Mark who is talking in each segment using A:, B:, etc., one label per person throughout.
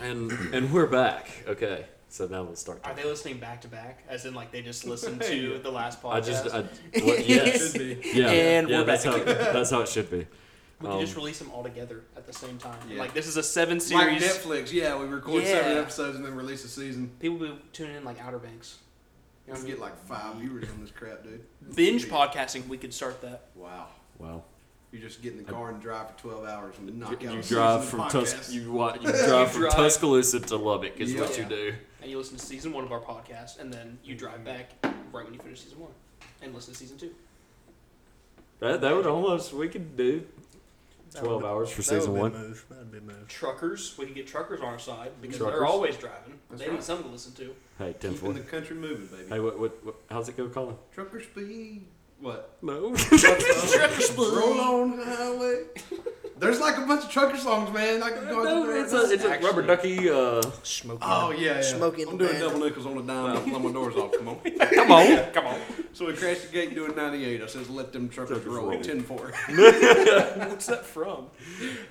A: And we're back. Okay, so now we'll start.
B: Are
A: talking.
B: they listening back to back? As in, like they just listened to the last podcast.
A: I just, I, well, yes,
C: Should be.
A: yeah,
B: And
A: yeah,
B: we're
A: that's
B: back
A: how that's how it should be.
B: we can
A: um,
B: just release them all together at the same time.
C: Yeah.
B: Like this is a seven
C: Like
B: series.
C: Netflix, yeah, we record seven
B: Yeah.
C: episodes and then release a season.
B: People be tuning in like Outer Banks. You know
C: We
B: what I
C: get
B: mean?
C: like five viewers on this crap, dude.
B: Binge podcasting. We could start that.
C: Wow.
A: Wow,
C: You just get in the car and drive for 12 hours and knock
A: you
C: out a
A: drive
C: season
A: from
C: of
A: Tus-
C: podcasts.
A: you, wa- you drive from
B: drive.
A: Tuscaloosa to Lubbock is what
B: Yeah.
A: you do.
B: And you listen to season one of our podcast, and then you drive back right when you finish season one, and listen to season two.
A: That that would almost we could do
D: That
A: twelve
D: would-
A: hours for
D: that would
A: season
D: be
A: one.
D: Move. That'd be move.
B: Truckers, we can get truckers on our side because
A: Truckers.
B: they're always driving.
C: That's
B: they
C: right.
B: need something to listen to.
A: Hey, ten
C: Keeping
A: four.
C: the country moving, baby.
A: Hey, what, what what how's it go, Colin?
C: Trucker speed. What?
A: No.
C: Trucker speed. Roll on the highway. There's like a bunch of trucker songs, man. I could go out there.
A: it's a, it's a rubber
B: Actually-
A: ducky. Uh,
D: Smoking.
C: Oh yeah, yeah.
D: Smokey and
C: I'm
D: the
C: doing
D: Bandit.
C: double nickels on a dime. Blow my doors off. Come on.
A: come on.
B: Come on,
C: So we crashed the gate doing 98. I says, let them truckers
A: Truckers
C: roll.
A: roll.
C: 10-4.
B: what's that from?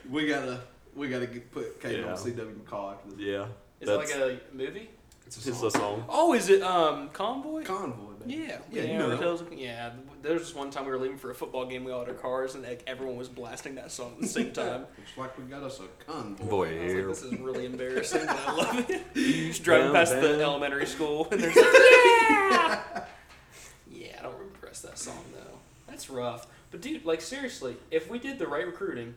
C: We gotta, we gotta get put Kate
A: Yeah.
C: on CW McCall after this.
A: Yeah,
B: Is it like a movie?
A: it's a song.
B: Oh, is it um Convoy?
C: Convoy, baby.
B: Yeah,
C: Yeah,
B: yeah,
C: you know that
B: Rotell's- yeah. There was this one time we were leaving for a football game. We all had our cars, and like, everyone was blasting that song at the same time.
C: It's like we got us a convoy.
A: Boy,
B: I was like,
A: here.
B: this is really embarrassing, but I love it. Just driving past
A: Down,
B: the
A: down.
B: elementary school, and there's yeah. yeah, I don't repress that song though. That's rough. But dude, like seriously, if we did the right recruiting,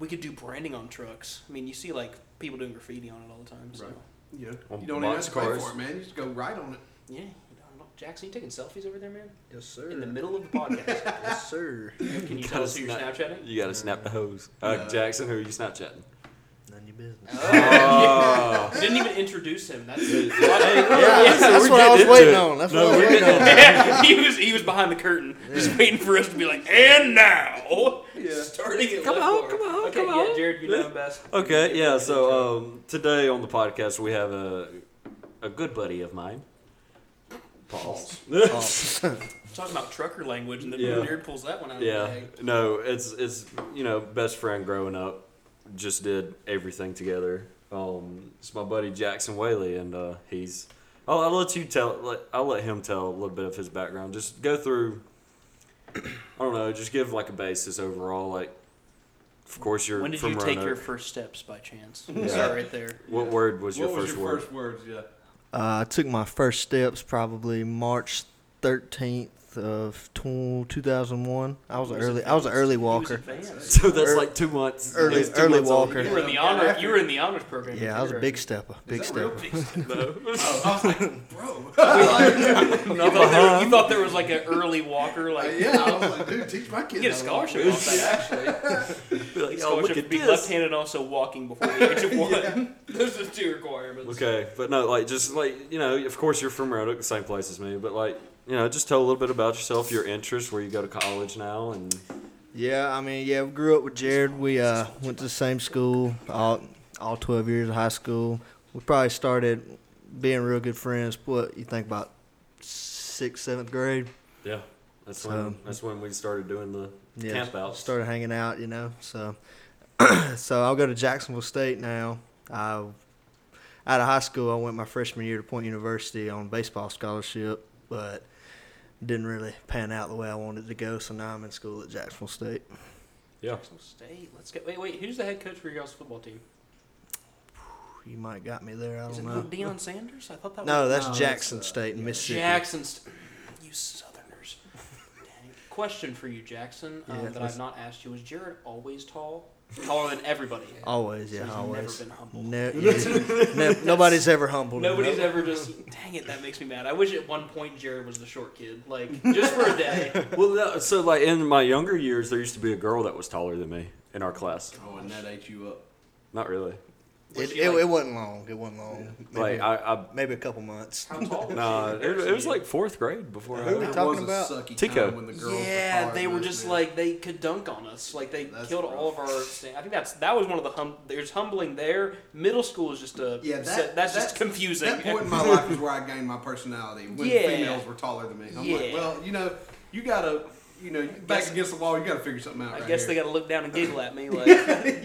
B: we could do branding on trucks. I mean, you see like people doing graffiti on it all the time. So.
C: Right. Yeah.
A: On
C: You don't even have to pay
A: boxcars.
C: for it, man. You just go right on it.
B: Yeah. you know, Jackson, you taking selfies over there, man?
D: Yes, sir.
B: In the middle of the podcast.
D: Yes, sir.
B: Can you tell us who you're
A: Gotta
B: Snapchatting?
A: You gotta snap the hose. Uh,
C: No.
A: Jackson, who are you Snapchatting?
D: None of your business.
A: Oh.
B: You didn't even introduce him. That's
D: Yeah, that's- that's what I was waiting on. That's what I was
A: we're
D: waiting
A: getting
D: on.
B: he was he was behind the curtain, just waiting for us to be like, and now,
C: Yeah.
B: starting it.
A: Come
B: left
A: on,
B: bar.
A: come on,
B: okay,
A: come
B: yeah,
A: on.
B: Jared, you know him best.
A: Okay, yeah. So um, today on the podcast we have a a good buddy of mine. Pause.
B: talking about trucker language, and then
A: Yeah.
B: Jared pulls that one out. Of the
A: yeah.
B: bag.
A: No, it's it's you know best friend growing up, just did everything together. Um, it's my buddy Jackson Whaley, and uh, he's. I'll, I'll let you tell. Let, I'll let him tell a little bit of his background. Just go through. I don't know. Just give like a basis overall. Like, of course you're
B: When did
A: from
B: you take
A: Roanoke.
B: your first steps by chance?
A: Yeah.
B: Start right there.
A: What word was your
C: what was
A: first
C: your
A: word?
C: first words? Yeah.
D: Uh, I took my first steps probably March 13th of tw- 2001. I was an early. I was an early walker.
B: He was advanced.
A: So that's like two months.
D: Early-
A: it was two
D: early
A: months old.
D: walker.
B: You were in the honor. You were in the honors program.
D: Yeah, I was a big stepper. Big
C: Is that real?
D: stepper.
C: Oh, I was like, bro.
B: You thought, there, you thought there was like an early walker, like
C: yeah, I was like, dude, teach my kids.
B: You get a
C: how to
B: scholarship
C: walk.
B: off that, actually.
A: Like, oh,
B: scholarship
A: look
B: to
A: at
B: be
A: this.
B: left-handed and also walking before the age of one. Those are two requirements.
A: Okay, but no, like just like you know, of course you're from Roanoke, the same place as me, but like you know, just tell a little bit about yourself, your interests, where you go to college now, and
D: Yeah, I mean, yeah, we grew up with Jared. We uh, went to the same school all all twelve years of high school. We probably started being real good friends. What you think about sixth, seventh grade?
A: yeah, that's
D: So-
A: when that's when we started doing the
D: Um, Yeah,
A: camp out.
D: started hanging out, you know. So, so I'll go to Jacksonville State now. I, out of high school, I went my freshman year to Point University on baseball scholarship, but didn't really pan out the way I wanted it to go. So now I'm in school at Jacksonville State.
A: Yeah,
B: Jackson State. Let's go. Wait, wait. Who's the head coach for your guys' football team?
D: You might got me there. I
B: Is
D: don't
B: it
D: know.
B: Deion Sanders? I thought that
D: No,
B: was
D: that's
C: No,
D: Jackson
C: that's, uh,
D: State,
C: yeah.
D: Mississippi.
B: Jackson. St- you Southerners. Dang. Question for you, Jackson, um,
D: Yeah,
B: that
D: let's-
B: I've not asked you. Was Jared always tall? Taller than everybody.
D: Always,
B: So
D: yeah,
B: he's
D: always.
B: never been humble.
D: Ne- yeah. Ne- nobody's ever humbled. him.
B: Nobody's ever just. Dang it, that makes me mad. I wish at one point Jared was the short kid, like just for a day.
A: well, no, so like in my younger years, there used to be a girl that was taller than me in our class.
C: Oh, and that ate you up.
A: Not really,
B: Was
D: It,
B: she
D: it,
B: like-
D: it wasn't long. It wasn't long. Maybe,
A: like I, I
D: maybe a couple months.
B: How tall? was
A: nah, it,
B: she in
A: it was
B: comparison to you?
A: like fourth grade before.
D: Who we
A: I,
C: That was
D: talking
C: a
D: about?
C: sucky
A: Tico.
C: time when the girls
B: yeah,
C: were
B: they were
C: hard,
B: just
C: man.
B: like they could dunk on us. Like they
C: That's
B: killed
C: rough.
B: all of our. sta- I think that's that was one of the hum. There's humbling there. Middle school is just a.
C: Yeah, that-
B: set- that's
C: that-
B: just confusing.
C: That point in my life is where I gained my personality when
B: Yeah.
C: females were taller than me. I'm like,
B: Yeah.
C: well, you know, you gotta, you know, back
B: Guess-
C: against the wall, you gotta figure something out.
B: I
C: right
B: guess
C: here.
B: they got to look down and giggle at me. Like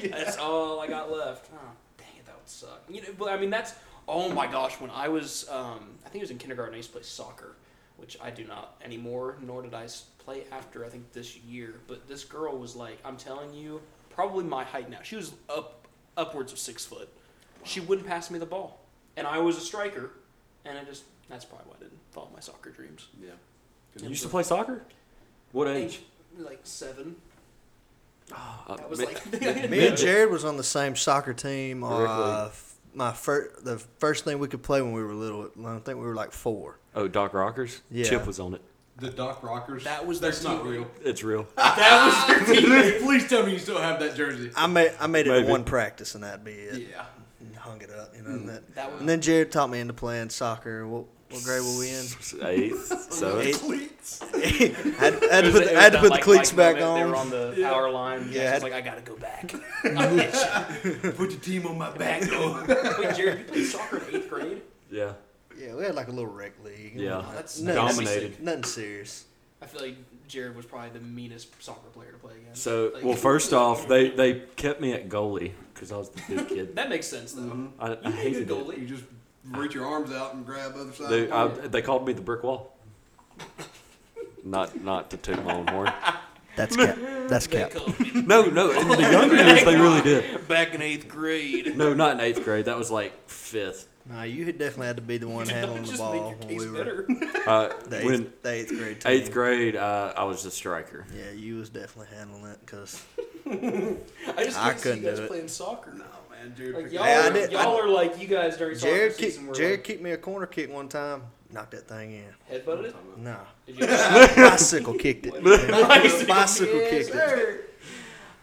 B: that's all I got left. Oh, dang it though. would suck. You know, but I mean that's oh my gosh. When I was, um, I think it was in kindergarten, I used to play soccer, which I do not anymore, nor did I s- play after I think this year. But this girl was like, I'm telling you, probably my height now. She was up upwards of six foot. She wouldn't pass me the ball, and I was a striker, and I just that's probably why I didn't follow my soccer dreams.
A: Yeah. You used to play soccer? What age?
B: Like seven.
A: Oh,
C: Uh,
B: That was
A: mi-
B: like
D: Me and Jared was on the same soccer team.
A: Really?
D: Uh, f- my first, the first thing we could play when we were little. I think we were like four.
A: oh, Doc Rockers?
D: Yeah.
A: Chip was on it.
C: The Doc Rockers.
B: That was
C: that's
B: their
C: not
B: team.
C: real.
A: It's real.
B: that was
C: Please tell me you still have that jersey.
D: I made I made it
A: Maybe. Hmm.
D: one practice, and that'd be it.
C: Yeah.
D: And hung it up, you know. and that,
B: That was-
D: and then Jared taught me into playing soccer. What what grade were we in?
A: Eighth, seventh.
C: Cleats.
D: I had, I had to put the, I had to put the cleats back on.
B: They were on the
C: Yeah.
B: power line.
D: Yeah,
B: Yeah, was
D: I had-
B: like I gotta go back.
C: Put your team on my back.
B: Wait, Jared, you played soccer in eighth grade?
A: Yeah.
D: Yeah, we had like a little rec league.
A: Yeah.
D: Nothing-
B: That's-
D: nothing,
A: Dominated.
D: Nothing serious.
B: I feel like Jared was probably the meanest soccer player to play against.
A: So,
B: Like-
A: well, first off, they, they kept me at goalie because I was the big kid.
B: that makes sense though.
D: Mm-hmm.
A: I, I
B: You need a
A: hated it.
B: goalie.
C: You just reach your arms out and grab other side.
A: They, I, they called me the brick wall. Not not to toot my own horn.
D: That's cap. That's
B: They
D: cap.
B: called me
A: No, no. In the younger years, they really did.
B: back in eighth grade.
A: No, not in eighth grade. That was like fifth.
D: Nah, you had definitely had to be the one handling the
B: Just
D: ball
B: make your
D: when
B: case
D: we were
B: better.
A: Uh,
D: the
A: when
D: eighth, the eighth grade. Team.
A: eighth grade, uh, I was the striker.
D: Yeah, you was definitely handling it because
B: I just
D: I
B: can't see you
D: couldn't do
B: guys
D: it.
B: playing soccer.
C: no, Oh, man, dude.
B: Like
C: pick
B: y'all,
C: it
D: Hey, I
B: are,
D: did-
B: y'all are like you guys during soccer
D: Jared
B: season. were
D: kicked Jared kicked me a corner kick one time, knocked that thing in.
B: like, headbutted it.
D: Nah,
B: Did you
D: bicycle kicked it. bicycle kicked it.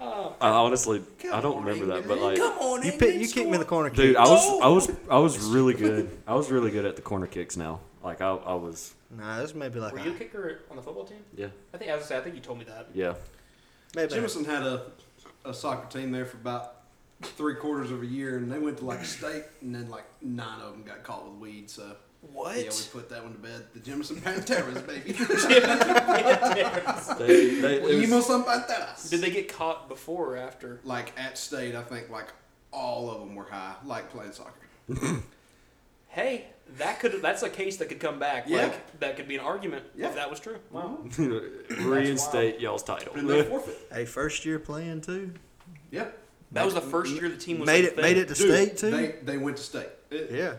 A: I honestly, I don't
C: on,
A: remember that,
C: Ingram.
A: but like,
D: You pick, you kicked me in the corner kick.
A: dude, I was, I was, I was really good. I was really good at the corner kicks. Now, like, I, I was,
D: Nah, this maybe like
B: Were
D: a-
B: you a kicker on the football team?
A: yeah,
B: I think, as I was gonna say, I think you told me that.
A: yeah.
C: up.
D: maybe.
C: Jemison had a, a soccer team there for about three quarters of a year, and they went to like state, and then like nine of them got caught with weed. So
B: What?
C: yeah, we put that one to bed. The Jemison Panteras, baby.
A: They, they, it was-
C: Emo San Panteras.
B: Did they get caught before or after?
C: like at state? I think like all of them were high, like playing soccer.
B: Hey, that could that's a case that could come back.
C: Yeah.
B: Like that could be an argument
C: Yeah.
B: if that was true. Wow.
A: reinstate y'all's title.
C: And they forfeit.
D: Hey, first year playing too.
C: Yeah.
B: That was the first year the team was
D: Made
B: like,
D: it, made it to
C: Dude,
D: state too.
C: They, they went to state. It-
D: yeah,
B: Were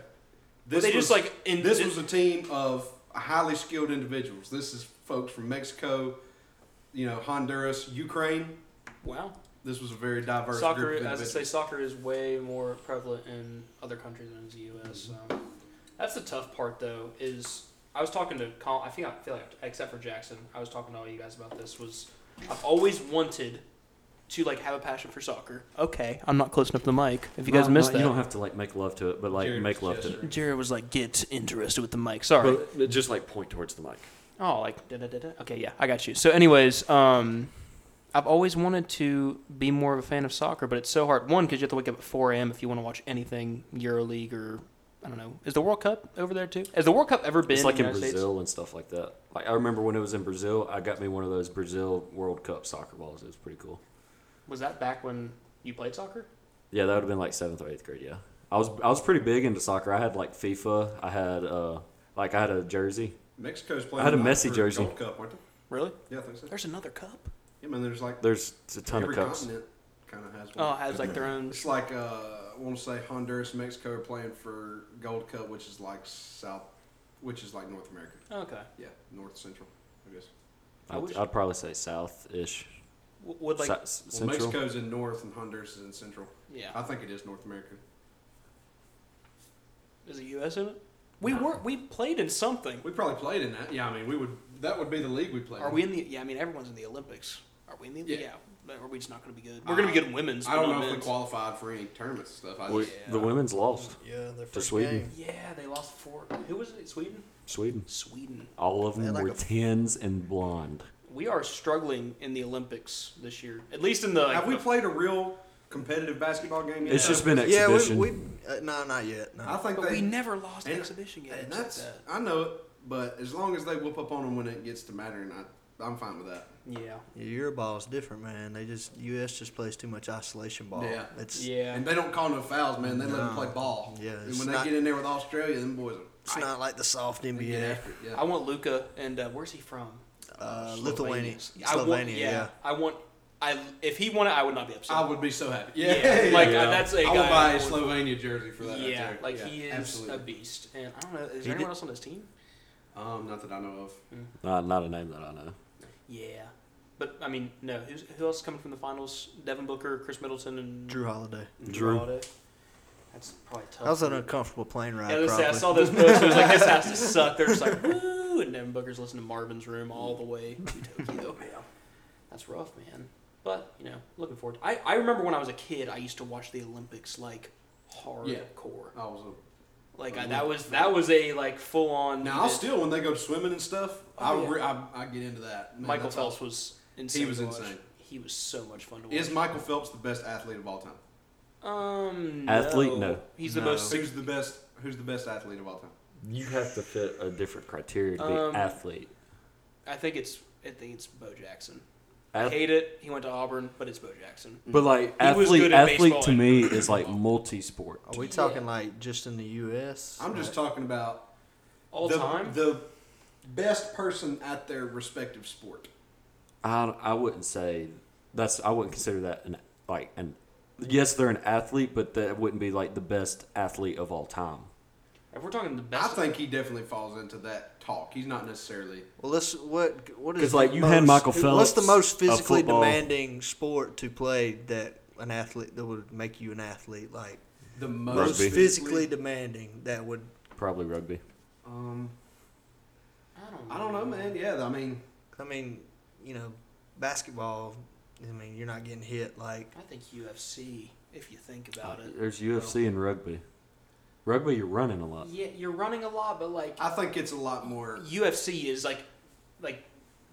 C: This
B: they
C: was,
B: just like in
C: this was a team of highly skilled individuals. This is folks from Mexico, you know, Honduras, Ukraine.
B: wow.
C: This was a very diverse
B: Soccer,
C: group
B: as
C: of
B: I
C: individuals.
B: say, soccer is way more prevalent in other countries than in the U.S. So. That's the tough part, though. Is I was talking to Col- I think I feel like except for Jackson, I was talking to all you guys about this. Was I've always wanted to like have a passion for soccer. Okay, I'm not close enough to the mic. If you guys
A: No,
B: missed
A: no,
B: that,
A: you don't have to like make love to it, but like
C: Jared's
A: make love to it.
C: gesturing.
B: Jared was like, "Get interested with the mic." Sorry.
A: But just like point towards the mic.
B: oh, like da da da da. Okay, yeah, I got you. So, anyways, um, I've always wanted to be more of a fan of soccer, but it's so hard. One, because you have to wake up at 4 a.m. if you want to watch anything EuroLeague or I don't know. Is the World Cup over there too? Has the World Cup ever been?
A: It's like
B: the
A: in
B: United
A: Brazil
B: States?
A: and stuff like that. Like I remember when it was in Brazil, I got me one of those Brazil World Cup soccer balls. It was pretty cool.
B: Was that back when you played soccer?
A: Yeah, that would have been like seventh or eighth grade. Yeah, I was I was pretty big into soccer. I had like FIFA. I had uh like I had a jersey.
C: Mexico's playing.
A: I had a
C: tonight
A: Messi
C: for
A: jersey.
C: Gold Cup, weren't they?
B: Really?
C: Yeah, I think so.
B: There's another cup.
C: Yeah, man. There's like
A: There's a ton
C: every
A: of cups.
C: continent kind of has one.
B: Oh, it has like their own.
C: It's like uh, I want to say Honduras, and Mexico are playing for Gold Cup, which is like South, which is like North America.
B: Okay.
C: Yeah, North Central, I guess.
B: I
A: I'd,
B: wish-
A: I'd probably say south ish.
B: W- would like?
C: Well,
A: central.
C: Mexico's in North and Honduras is in Central.
B: yeah.
C: I think it is North America.
B: Is it U.S. in it? We
A: No.
B: were. We played in something.
C: We probably played in that. Yeah, I mean, we would. That would be the league we played.
B: Are
C: in.
B: we in the? Yeah, I mean everyone's in the Olympics. Are we in the?
C: Yeah.
B: Yeah. but Are we just not going to be good? We're going to be good in women's.
C: I
B: but
C: don't know
B: not
C: if we
B: men's.
C: qualified for any tournament stuff. I
A: We-
C: just,
A: The women's lost.
D: yeah, their
A: first Sweden. game.
B: Yeah, they lost four. Who was it? Sweden.
A: Sweden.
B: Sweden.
A: All of
D: They
A: them
D: like
A: were
D: a-
A: tans and blonde.
B: We are struggling in the Olympics this year. At least in the.
C: have we played a real competitive basketball game? yet?
A: It's just been
D: Yeah, we,
A: exhibition.
D: we uh, no, not yet. No.
C: I think
B: But
C: they.
B: we never lost
C: and-
B: exhibition games.
C: and
B: like
C: that's.
B: that.
C: I know it, but as long as they whoop up on them when it gets to mattering, I I'm fine with that.
B: Yeah.
D: Your ball is different, man. They just U.S. just plays too much isolation ball.
C: Yeah.
D: it's
B: Yeah.
C: And they don't call no fouls, man. They let
D: No.
C: them play ball.
D: Yeah,
C: And
D: it's
C: when
D: not-
C: they get in there with Australia, them boys are
D: it's not like the soft
C: they get
D: NBA.
C: after it. Yeah.
B: I want Luca and uh, where's he from?
D: Uh, Lithuania,
B: I
D: Slovenia.
B: want-
D: yeah.
B: I want. I if he won it, I would not be upset.
C: I would be so happy.
B: Yeah,
C: Yeah,
B: like
A: Yeah.
B: uh, that's a
C: I
B: guy.
C: would buy a
B: would-
C: Slovenia jersey for that.
B: yeah,
C: right there.
B: like
C: Yeah,
B: he is a
C: absolutely.
B: beast. And I don't know, is
D: He
B: there anyone
D: did-
B: else on his team?
C: Um, not that I know of.
A: Not, not a name that I know.
B: Yeah, but I mean, no. Who's, who else is coming from the finals? Devin Booker, Chris Middleton, and
D: Drew Holiday.
A: Drew.
B: Holiday. That's probably tough.
D: That was an
B: for-
D: uncomfortable plane ride.
B: Yeah, I, was gonna say, I
D: probably.
B: saw those posts. I was like, this has to suck. They're just like, woo, and Devin Booker's listening to Marvin's Room all the way to Tokyo. That's rough, man. But you know, looking forward. To, I I remember when I was a kid, I used to watch the Olympics like hardcore.
C: Yeah. I was a,
B: Like I,
C: Mhm.
B: that was that was a like full on.
C: now I'll still when they go swimming and stuff.
B: Oh,
C: I,
B: yeah.
C: re- I I get into that. Man,
B: Michael
C: that's
B: Phelps
C: awesome.
B: was insane.
C: was
B: to watch.
C: insane.
B: He was so much fun to watch.
C: Is Michael Phelps the best athlete of all time?
B: um no.
A: Athlete? No.
B: He's the
D: No.
B: most.
C: Who's the best? Who's the best athlete of all time?
A: You have to fit a different criteria to be
B: Um,
A: athlete.
B: I think it's I think it's Bo Jackson. I
A: Ath-
B: hate it. He went to Auburn, but it's Bo Jackson.
A: but like
B: He was
A: athlete,
B: good at
A: athlete
B: baseball
A: to
B: and-
A: me is like multi-sport.
D: Are we talking like just in the U.S.?
C: I'm just
D: Like,
C: talking about
B: All
C: the,
B: time.
C: the best person at their respective sport.
A: I I wouldn't say that's I wouldn't consider that an like an yes they're an athlete but that wouldn't be like the best athlete of all time.
B: if we're talking the
C: I
B: best,
C: think he definitely falls into that talk. He's not necessarily.
D: Well, let's what what is
A: 'Cause, like,
D: the
A: you had
D: most-
A: Michael
D: What's the
A: Phelps
D: most
A: of
D: physically
A: football.
D: demanding sport to play that an athlete that would make you an athlete? Like
C: The
D: most
C: most
A: Rugby.
D: physically demanding that would.
A: Probably rugby.
C: Um,
B: I don't. Know.
C: I don't know, man. Yeah, I mean,
D: I mean, you know, basketball. I mean, you're not getting hit like
B: I think UFC. If you think about it.
A: There's UFC and rugby. Rugby you're running a lot.
B: Yeah, you're running a lot, but like
C: I think it's a lot more.
B: UFC is like, like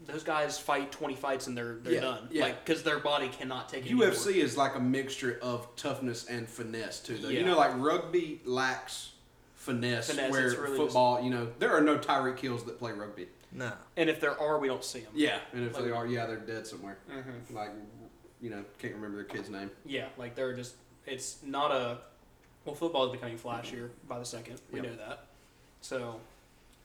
B: those guys fight 20 fights and they're they're
C: Yeah,
B: done.
C: yeah.
B: Like because their body cannot take it. anymore.
C: UFC is like a mixture of toughness and finesse too. Though
B: Yeah.
C: you know, like rugby lacks finesse,
B: Finesse,
C: where
B: it's really
C: football, you know, there are no Tyreek Hills that play rugby.
D: no.
B: And if there are, we don't see them.
C: Yeah, and if
B: Like-
C: they are, yeah, they're dead somewhere.
B: hmm
C: Like, you know, can't remember their kid's name.
B: Yeah, like they're just it's not a well football is becoming flashier by the second. We
C: Yep.
B: know that. So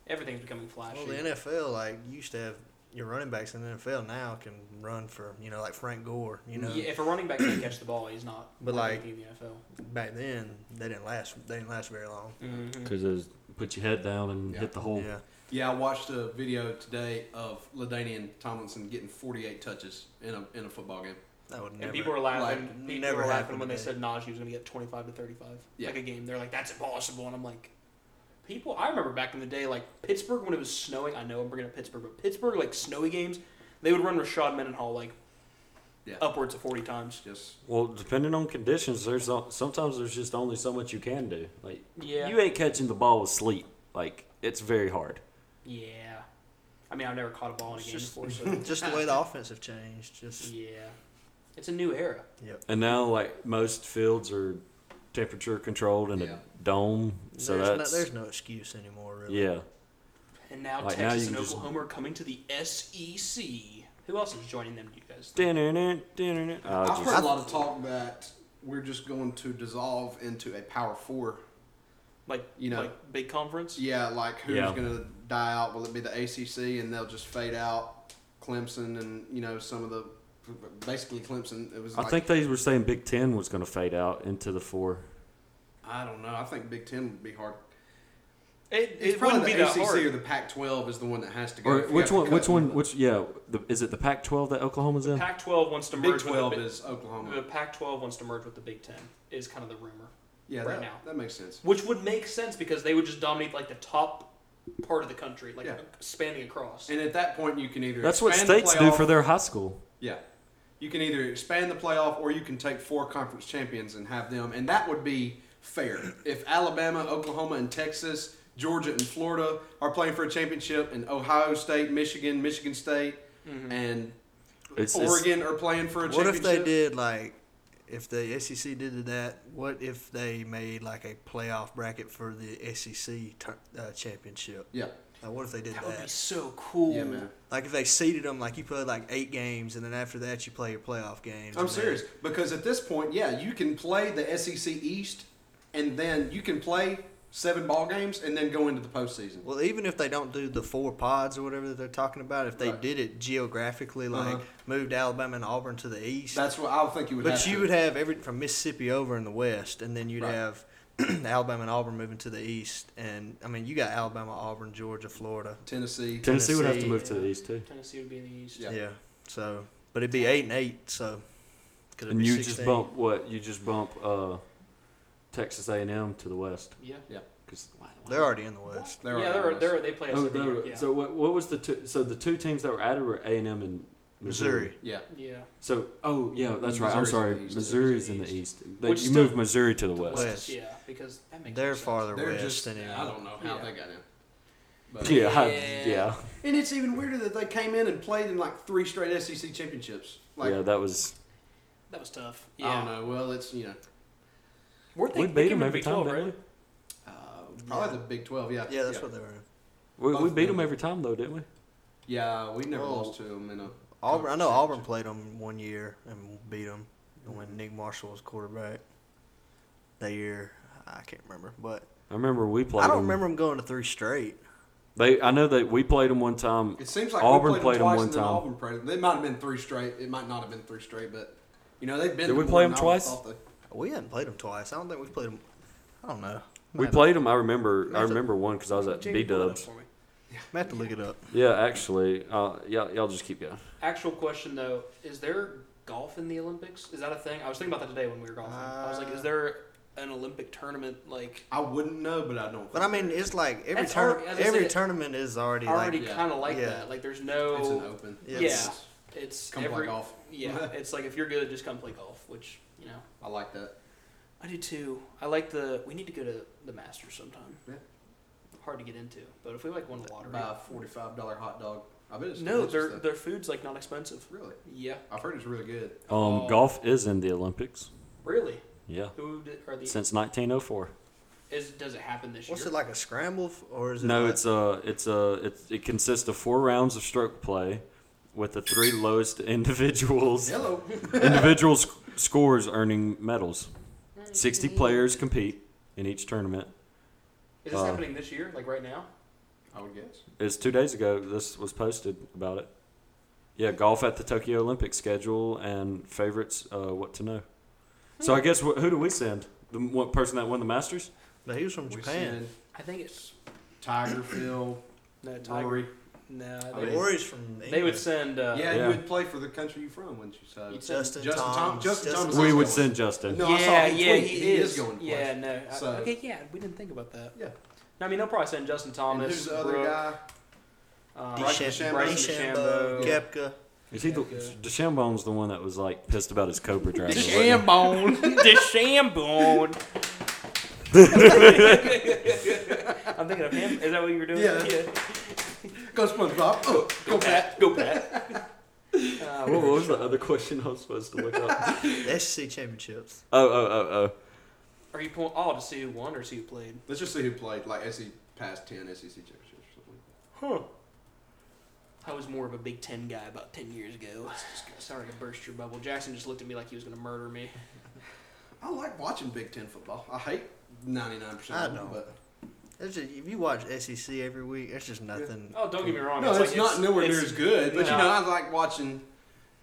B: everything's becoming flashy.
D: Well, the NFL like you used to have your running backs in the NFL now can run for you know like Frank Gore. You know,
B: yeah, if a running back can't catch the ball, he's not.
D: But,
B: running
D: like-
B: in the NFL.
D: back then they didn't last. They didn't last very long.
A: Cuz it's put your head down and
C: Yeah.
A: hit the hole.
D: Yeah.
C: Yeah, I watched a video today of Ladainian Tomlinson getting 48 touches in a in a football game.
D: That would
B: And
D: never.
B: people were laughing.
D: like,
B: people
D: never
B: were laughing
D: happened
B: when they
D: to me.
B: said Najee was going to get twenty five to thirty five,
C: Yeah.
B: like a game. They're like, "That's impossible," and I'm like, "People." I remember back in the day, like Pittsburgh when it was snowing. I know I'm bringing up Pittsburgh, but Pittsburgh like snowy games, they would run Rashad Mendenhall like
C: Yeah.
B: upwards of forty times.
C: Just
A: Well, depending on conditions, there's o- sometimes there's just only so much you can do. Like
B: Yeah,
A: you ain't catching the ball with sleep. Like it's very hard.
B: yeah. I mean, I've never caught a ball in a
D: It's
B: game
D: just-
B: before, so
D: Just the way the offense have changed. Just
B: yeah, it's a new era.
D: yep.
A: And now like most fields are temperature controlled in
C: Yeah.
A: a dome, so
D: there's,
A: that's
D: no, there's no excuse anymore, really.
A: yeah.
B: And now
A: Like, now
B: Texas
A: you
B: and
A: can just-
B: Oklahoma are coming to the SEC. Who else is joining them? Do you guys? think?
A: Dinner, dinner.
C: I've
A: Oh,
C: heard
A: just-
C: a lot of talk that we're just going to dissolve into a Power Four.
B: Like
C: You know-
B: like big conference.
C: Yeah, like who's
A: Yeah.
C: going to die out? Will it be the ACC, and they'll just fade out Clemson and you know some of the basically Clemson? It was.
A: I
C: like,
A: think they were saying Big Ten was going to fade out into the four.
C: I don't know. I think Big Ten would be hard.
B: It,
C: It's
B: it
C: probably
B: wouldn't be
C: the
B: that
C: ACC
B: hard.
C: or the Pac-12 is the one that has to go.
A: Or
C: if you
A: which
C: have to
A: one?
C: cut
A: Which one?
C: another.
A: Which yeah? The, is it the Pac-12 that Oklahoma's in?
B: Pac-12 wants to merge.
C: Big Twelve
B: with
C: is
B: the,
C: Oklahoma.
B: the Pac-12 wants to merge with the Big Ten. Is kind of the rumor,
C: yeah,
B: right
C: that,
B: now.
C: that makes sense.
B: which would make sense because they would just dominate like the top part of the country, like
C: Yeah.
B: spanning across.
C: And at that point, you can either
A: That's what
C: expand the
A: states do
C: playoff-
A: for their high school.
C: Yeah. You can either expand the playoff or you can take four conference champions and have them, and that would be fair. If Alabama, Oklahoma, and Texas, Georgia, and Florida are playing for a championship, and Ohio State, Michigan, Michigan State, and
A: It's, it's
C: Oregon are playing for a
D: What if
C: championship.
D: they did like, if the SEC did that? What if they made like a playoff bracket for the SEC tur- E uh, championship?
C: Yeah.
D: Like, what if they did
B: That
D: that?
B: would be so cool.
C: Yeah, man.
D: Like, if they seeded them, like you play like eight games, and then after that you play your playoff games.
C: I'm
D: and then-
C: serious because at this point, yeah, you can play the SEC East, and then you can play seven ball games, and then go into the postseason.
D: Well, even if they don't do the four pods or whatever that they're talking about, if they
C: Right.
D: did it geographically, like
C: Uh-huh.
D: moved Alabama and Auburn to the east,
C: That's what I would think you would.
D: but
C: have
D: you
C: to.
D: would have every from Mississippi over in the west, and then you'd
C: Right.
D: have Alabama and Auburn moving to the east, and I mean you got Alabama, Auburn, Georgia, Florida.
C: Tennessee.
A: Tennessee would have to
D: Tennessee.
A: move to the east too.
B: Tennessee would be in the East.
C: Yeah.
D: Yeah. So, but it'd be eight and eight. So, could
A: And you just bump what? You just bump uh, Texas A&M to the west.
B: Yeah.
A: 'cause-
B: Why- why-
D: They're already in the west.
C: They're
B: yeah,
C: already
B: they're,
C: in the
B: they're, they play us
A: oh,
B: every
A: no,
B: year. Yeah.
A: so what, what was the two, so the two teams that were added were A&M and
D: Missouri.
C: Yeah.
B: yeah.
A: So oh yeah, that's right. I'm sorry.
C: Missouri's in the east.
A: Missouri's in the east. They,
B: Which
A: you
B: still-
A: move Missouri to the
B: The
A: west.
D: West.
B: Yeah, because that makes
D: They're
B: more sense.
D: farther
C: They're
D: west
C: just.
D: than anyone.
C: I don't know how
B: Yeah.
C: they got in. But,
A: Yeah, I-
B: Yeah.
A: yeah,
C: And it's even weirder that they came in and played in like three straight SEC championships. Like
A: yeah. That was
B: That was tough.
C: I
B: Yeah.
C: don't know. Well, it's you know
B: Weren't
A: we
B: they
A: beat
B: came
A: them
B: in
A: every
B: Big
A: time,
B: 12,
A: didn't we?
C: uh, probably the Big Twelve. Yeah.
D: Yeah, that's what they were. In.
A: We, we
C: Both
A: beat
C: of
A: them
C: them.
A: every time though, didn't we?
C: Yeah, we never
D: Well-
C: lost to them in a.
D: Auburn. I know
C: Conference
D: Auburn played them one year and beat them when Nick Marshall was quarterback. That year, I can't remember, but
A: I remember we played.
D: I don't
A: them.
D: remember them going to three straight.
A: They. I know that we played them one time.
C: It seems like
A: Auburn
C: we
A: played
C: played,
A: 'em
C: them twice
A: one
C: and then
A: time.
C: Auburn played them. They might have been three straight. It might not have been three straight, but you know they've been.
A: Did
C: to
A: we
C: more
A: play
C: than
A: 'em
C: I would've
A: twice?
C: thought they-
D: We hadn't played them twice. I don't think we played them. I don't know.
A: We
D: Might-
A: played them. I remember. I
D: Matt-
A: remember one because I was at B
B: Jamie, pull it up
A: Dubs.
B: for me.
D: Might have to look it up.
A: Yeah, actually. Uh, y'all, y'all just keep going.
B: Actual question though, is there golf in the Olympics? Is that a thing? I was thinking about that today when we were golfing. I was like, is
D: Uh,
B: there an Olympic tournament like
C: I wouldn't know, but I don't.
D: But I mean, it's like every
B: That's
D: turn,
B: already- as I
D: every
B: said,
D: tournament is already,
B: already
D: like
C: yeah.
B: kind of like
D: Yeah.
B: that? Like there's
C: it's an
B: no
C: open.
D: yeah,
B: yeah.
D: it's-
B: It's
C: Come
B: every
C: play golf.
B: yeah. It's like if you're good, just come play golf. Which you know,
C: I like that.
B: I do too. I like the. We need to go to the Masters sometime.
C: Yeah.
B: Hard to get into, but if we like won the lottery.
C: Buy a forty-five dollar hot dog. I bet it's
B: no,
C: delicious,
B: their
C: though.
B: their food's like not expensive.
C: really.
B: Yeah.
C: I've heard it's really good.
A: Um,
B: Oh.
A: golf is in the Olympics.
B: Really?
A: Yeah,
B: Who did, are the?
A: since 1904.
B: Is does it happen this
D: what's
B: year?
D: it like a scramble f- or is it?
A: No,
D: like-
A: it's a, it's a, it's, it consists of four rounds of stroke play, with the three lowest individuals
C: Hello.
A: individual sc- scores earning medals.
D: Mm-hmm.
A: 60 players compete in each tournament.
B: Is this
A: Uh,
B: happening this year? Like right now?
C: I would guess.
A: It's two days ago. This was posted about it. Yeah, golf at the Tokyo Olympics schedule and favorites. Uh, what to know? So I guess wh- who do we send? The m- one person that won the Masters?
D: but he was from
C: We
D: Japan.
C: send
B: I think it's
C: Tiger, Phil,
B: no Tiger.
C: Rory.
B: No,
C: I
B: they,
C: mean,
B: would,
D: Or he's from
B: they would
D: England.
B: send. Uh,
C: yeah,
A: yeah.
C: you would play for the country you from, wouldn't you? So
B: You'd send-
D: Justin,
C: Justin Tom-
D: Thomas.
C: Justin Thomas.
A: We would
C: Thomas.
A: send Justin.
C: No, I saw
B: yeah,
C: him
B: yeah,
C: tweet.
B: he,
C: He
B: is.
C: is going to
B: yeah, no. I-
C: So-
B: okay, yeah, we didn't think about that.
C: Yeah.
B: No, I mean, they'll probably send Justin
C: And
B: Thomas.
C: who's the other
B: Brooke,
C: guy?
B: Um,
C: Bryson
D: Deschambeau,
C: DeChambeau.
D: Deschambeau,
B: DeChambeau.
D: Kepka.
A: Is he the, DeChambeau's the one that was like pissed about his Cobra dragon? wasn't he?
B: DeShambone. DeShambone. I'm thinking of him. Is that what you were doing?
C: Yeah. Go SpongeBob. Oh, go Pat.
B: Go Pat. Uh,
A: What was the other question I was supposed to look up?
D: The SEC championships.
A: Oh, oh, oh, oh.
B: Are you pulling all to see who won or see who played?
C: Let's just see who played like SEC past ten SEC championships or something.
B: Huh. I was more of a Big Ten guy about ten years ago. Sorry to burst your bubble. Jackson just looked at me like he was gonna murder me.
C: I like watching Big Ten football. I hate ninety nine percent.
D: I
C: of them,
D: know.
C: but
D: It's just, if you watch SEC every week, it's just nothing.
B: Oh, don't get me wrong.
C: no, it's,
B: like-
C: not nowhere near
B: it's-
C: as good. But you
B: No.
C: know, I like watching.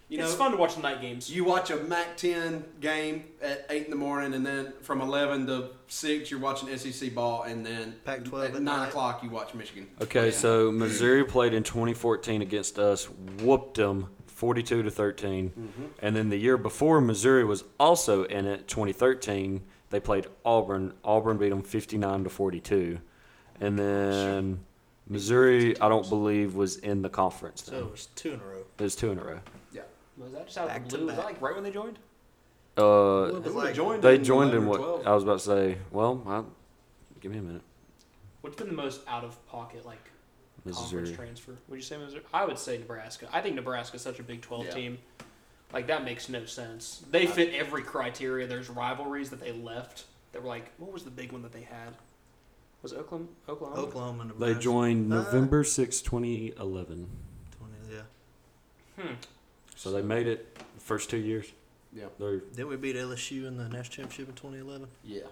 C: You know,
B: it's fun to watch the night games.
C: you watch a MAC ten game at eight in the morning, and then from eleven to six, you're watching SEC ball, and then
D: Pac-12
C: at
D: at
C: nine
D: night.
C: o'clock, you watch Michigan.
A: Okay,
B: Yeah.
A: so Missouri played in 2014 against us, whooped them 42 to 13.
C: Mm-hmm.
A: And then the year before, Missouri was also in it, 2013. They played Auburn. Auburn beat them 59 to 42. And then Missouri, I don't believe, was in the conference.
D: So
A: Then.
D: it was two in a row.
A: It was two in a row.
B: Was that just out of
D: Back
B: the
D: to
B: blue? Was that
D: back.
B: like right when they joined?
A: Uh,
D: It was
C: They
D: like-
C: joined
A: they joined in
C: 11 or
A: what
C: 12.
A: I was about to say. Well, I, give me a minute.
B: What's been the most out of pocket like conference
A: Missouri.
B: transfer? Would you say Missouri? I would say Nebraska. I think Nebraska's such a Big Twelve
C: Yeah.
B: team. Like that makes no sense. They fit every criteria. There's rivalries that they left that were like, what was the big one that they had? Was Oklahoma? Oklahoma.
D: Oklahoma. and
A: They
D: Nebraska.
A: joined
D: Uh,
A: November 6, 2011.
D: 20, yeah.
B: Hmm.
A: So they made it the first two years.
C: Yep.
A: They're
D: Then we beat LSU in the national championship in 2011.
C: Yeah.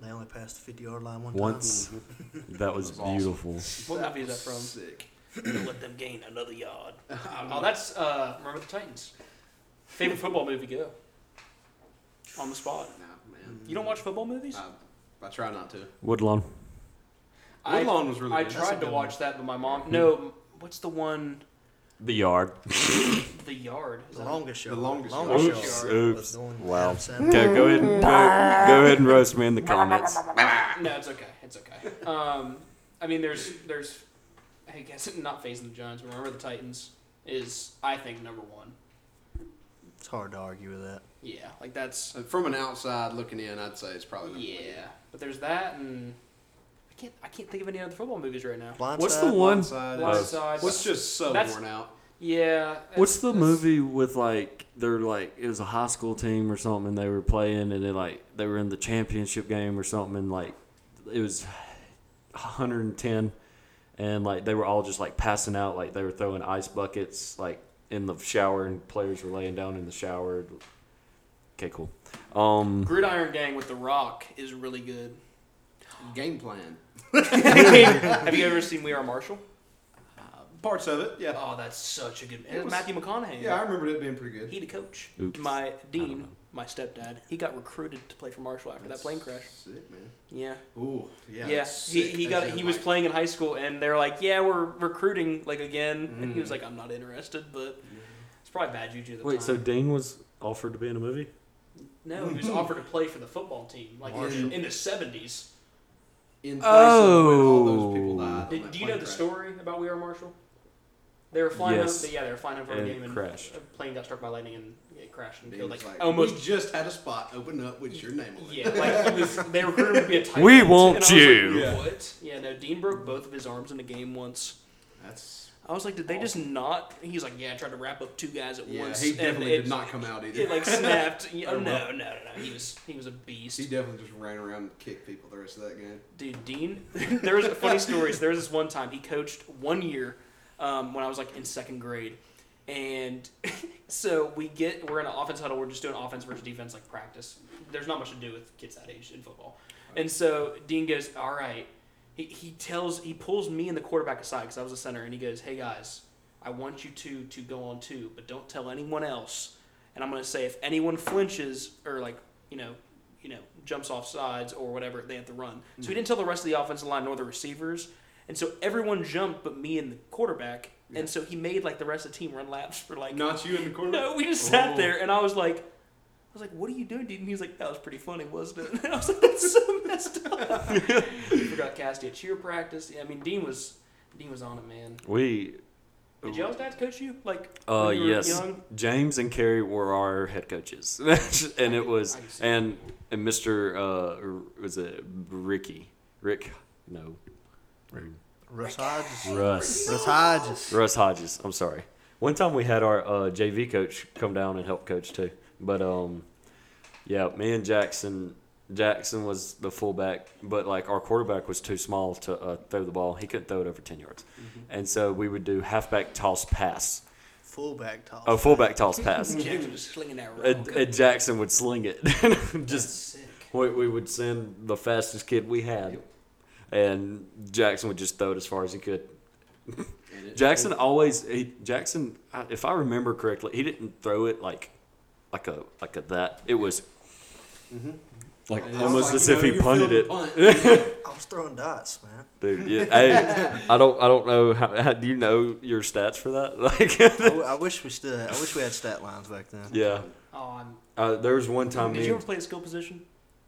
D: They only passed the 50 yard line one time.
A: once. That was
C: That was awesome.
A: beautiful.
B: What movie is that
C: was
B: from?
C: Sick.
B: Gonna let them gain another yard. Oh,
C: oh,
B: that's uh, remember the Titans. Favorite football movie? Go. On the spot.
C: Nah, man.
B: You don't watch football movies?
C: I, I try not to.
A: Woodlawn.
B: I-
C: Woodlawn was really
B: I
C: good.
D: That's a
B: tried to
D: good
B: watch that, but my mom. No, what's the one?
A: The yard.
B: The Yard. Is
D: The
B: that-
D: longest
C: The
D: yard.
C: longest
D: longest
C: yard.
D: yard.
A: Oops.
B: Yard
D: was
A: Oops.
D: the one
A: Wow.
D: Adam Sandler-
A: Okay, go ahead and go, go ahead and roast me in the comments.
B: No, it's okay. It's okay. Um, I mean, there's there's, I guess not facing the Giants, but remember the Titans is I think number one.
D: It's hard to argue with that.
B: Yeah, like that's
C: Uh, From an outside looking in, I'd say it's probably number one.
B: yeah. But there's that, and I can't I can't think of any other football movies right now.
D: Blindside,
A: What's the one?
C: Blindside
A: Uh,
C: is-
B: Blindside.
C: It's just so
B: That's-
C: worn out.
B: yeah.
A: What's
B: that's-
A: the
B: that's-
A: movie with like they're like it was a high school team or something and they were playing and they like they were in the championship game or something and like it was 110 and like they were all just like passing out like they were throwing ice buckets like in the shower and players were laying down in the shower. Okay, cool. Um,
B: Gridiron Gang with The Rock is really good.
C: Game plan.
B: Have you ever seen We Are Marshall?
C: Parts of it, yeah.
B: Um, Oh, that's such a good.
C: It was-
B: Matthew McConaughey.
C: Yeah, I remembered it being pretty good.
B: He the coach.
A: Oops.
B: My
A: don't
B: dean,
A: know.
B: my stepdad, he got recruited to play for Marshall after that plane crash.
C: Sick, man.
B: Yeah.
C: Ooh, yeah.
B: Yeah.
C: that's
B: He,
C: sick.
B: he
C: That's
B: got
C: in,
B: he was
C: like-
B: playing in high school and they're like, Yeah, we're recruiting like again and he
C: Mm.
B: was like, I'm not interested, but it's probably bad juju at the
A: wait,
B: time.
A: so Dean was offered to be in a movie?
B: No, he was offered to play for the football team, like in,
C: Marshall.
B: in the seventies.
C: in place of when all
A: Oh.
C: those people died. on
B: Did,
C: that
B: do you know
C: plane
B: the
C: crash.
B: story about We Are Marshall? They were flying
A: Yes.
B: home yeah, they were flying home from a
A: And
B: game and
A: crashed.
B: a plane got struck by lightning and it crashed and
C: He
B: killed
C: was
B: like,
C: like,
B: almost
C: We just had a spot open up with your name on it.
B: Yeah, like he was, they recruited him to be a tight
A: We
B: end, and I
A: want
B: was
A: you.
B: Like,
C: Yeah.
B: What? Yeah, no. Dean broke both of his arms in a game once.
C: That's
B: I was like, did they just not? He's like, yeah, I tried to wrap up two guys at
C: yeah.
B: once.
C: he
B: and
C: definitely
B: it,
C: did not come out either.
B: It like snapped. Yeah,
C: Or
B: no, no,
C: what?
B: no, no. He was he was a beast,
C: he definitely just ran around and kicked people the rest of that game.
B: dude. Dean. there was funny stories. There was this one time he coached one year um, when I was like in second grade, and so we get we're in an offense huddle. We're just doing offense versus defense like practice. There's not much to do with kids that age in football. And so Dean goes, "All right." He, he tells he pulls me and the quarterback aside because I was a center, and he goes, "Hey guys, I want you two to go on two, but don't tell anyone else. And I'm gonna say if anyone flinches or like you know." You know, jumps off sides or whatever, they have to run. So he didn't tell the rest of the offensive line nor the receivers. And so everyone jumped but me and the quarterback.
C: Yeah.
B: And so he made like the rest of the team run laps for like
C: Not you in the corner.
B: no, we just sat
C: Oh.
B: there, and I was like, I was like, what are you doing, dude? And he was like, that was pretty funny, wasn't it? And I was like, that's so messed up. Forgot Cassidy at cheer practice. Yeah, I mean, Dean was Dean was on it, man.
A: We
B: Did y'all's dad coach you? Like, when
A: Uh,
B: you were
A: yes.
B: young?
A: James and Carrie were our head coaches, and it was
B: I can see
A: and and Mr. Uh, R- was it Ricky? Rick? No,
D: Russ Hodges.
A: Russ.
D: Russ Hodges.
A: Russ Hodges. I'm sorry. One time we had our uh, JV coach come down and help coach too, but um, yeah, me and Jackson. Jackson was the fullback, but like our quarterback was too small to uh, throw the ball. He couldn't throw it over ten yards, and so we would do halfback toss pass,
D: Fullback toss.
A: oh fullback toss pass.
B: Jackson just slinging that rock.
A: and, and Jackson would sling it.
B: That's
A: Just
B: sick.
A: we, we would send the fastest kid we had, and Jackson would just throw it as far as he could.
C: And it-
A: Jackson always he, Jackson, I- if I remember correctly, he didn't throw it like like a like a that. It was like
C: Mm-hmm. and it's
A: almost
C: like,
A: as
C: you
A: if
C: know,
A: he
C: you're
A: punted
C: feeling
A: it.
C: the punt.
D: I was throwing dots, man.
A: Dude, yeah, hey, I don't I don't know how, how do you know your stats for that? Like,
D: I, w- I wish we still. I wish we had stat lines back then.
A: yeah.
B: Oh, I'm,
A: Uh, there was one time me
B: did you
A: and-
B: ever play a skill position?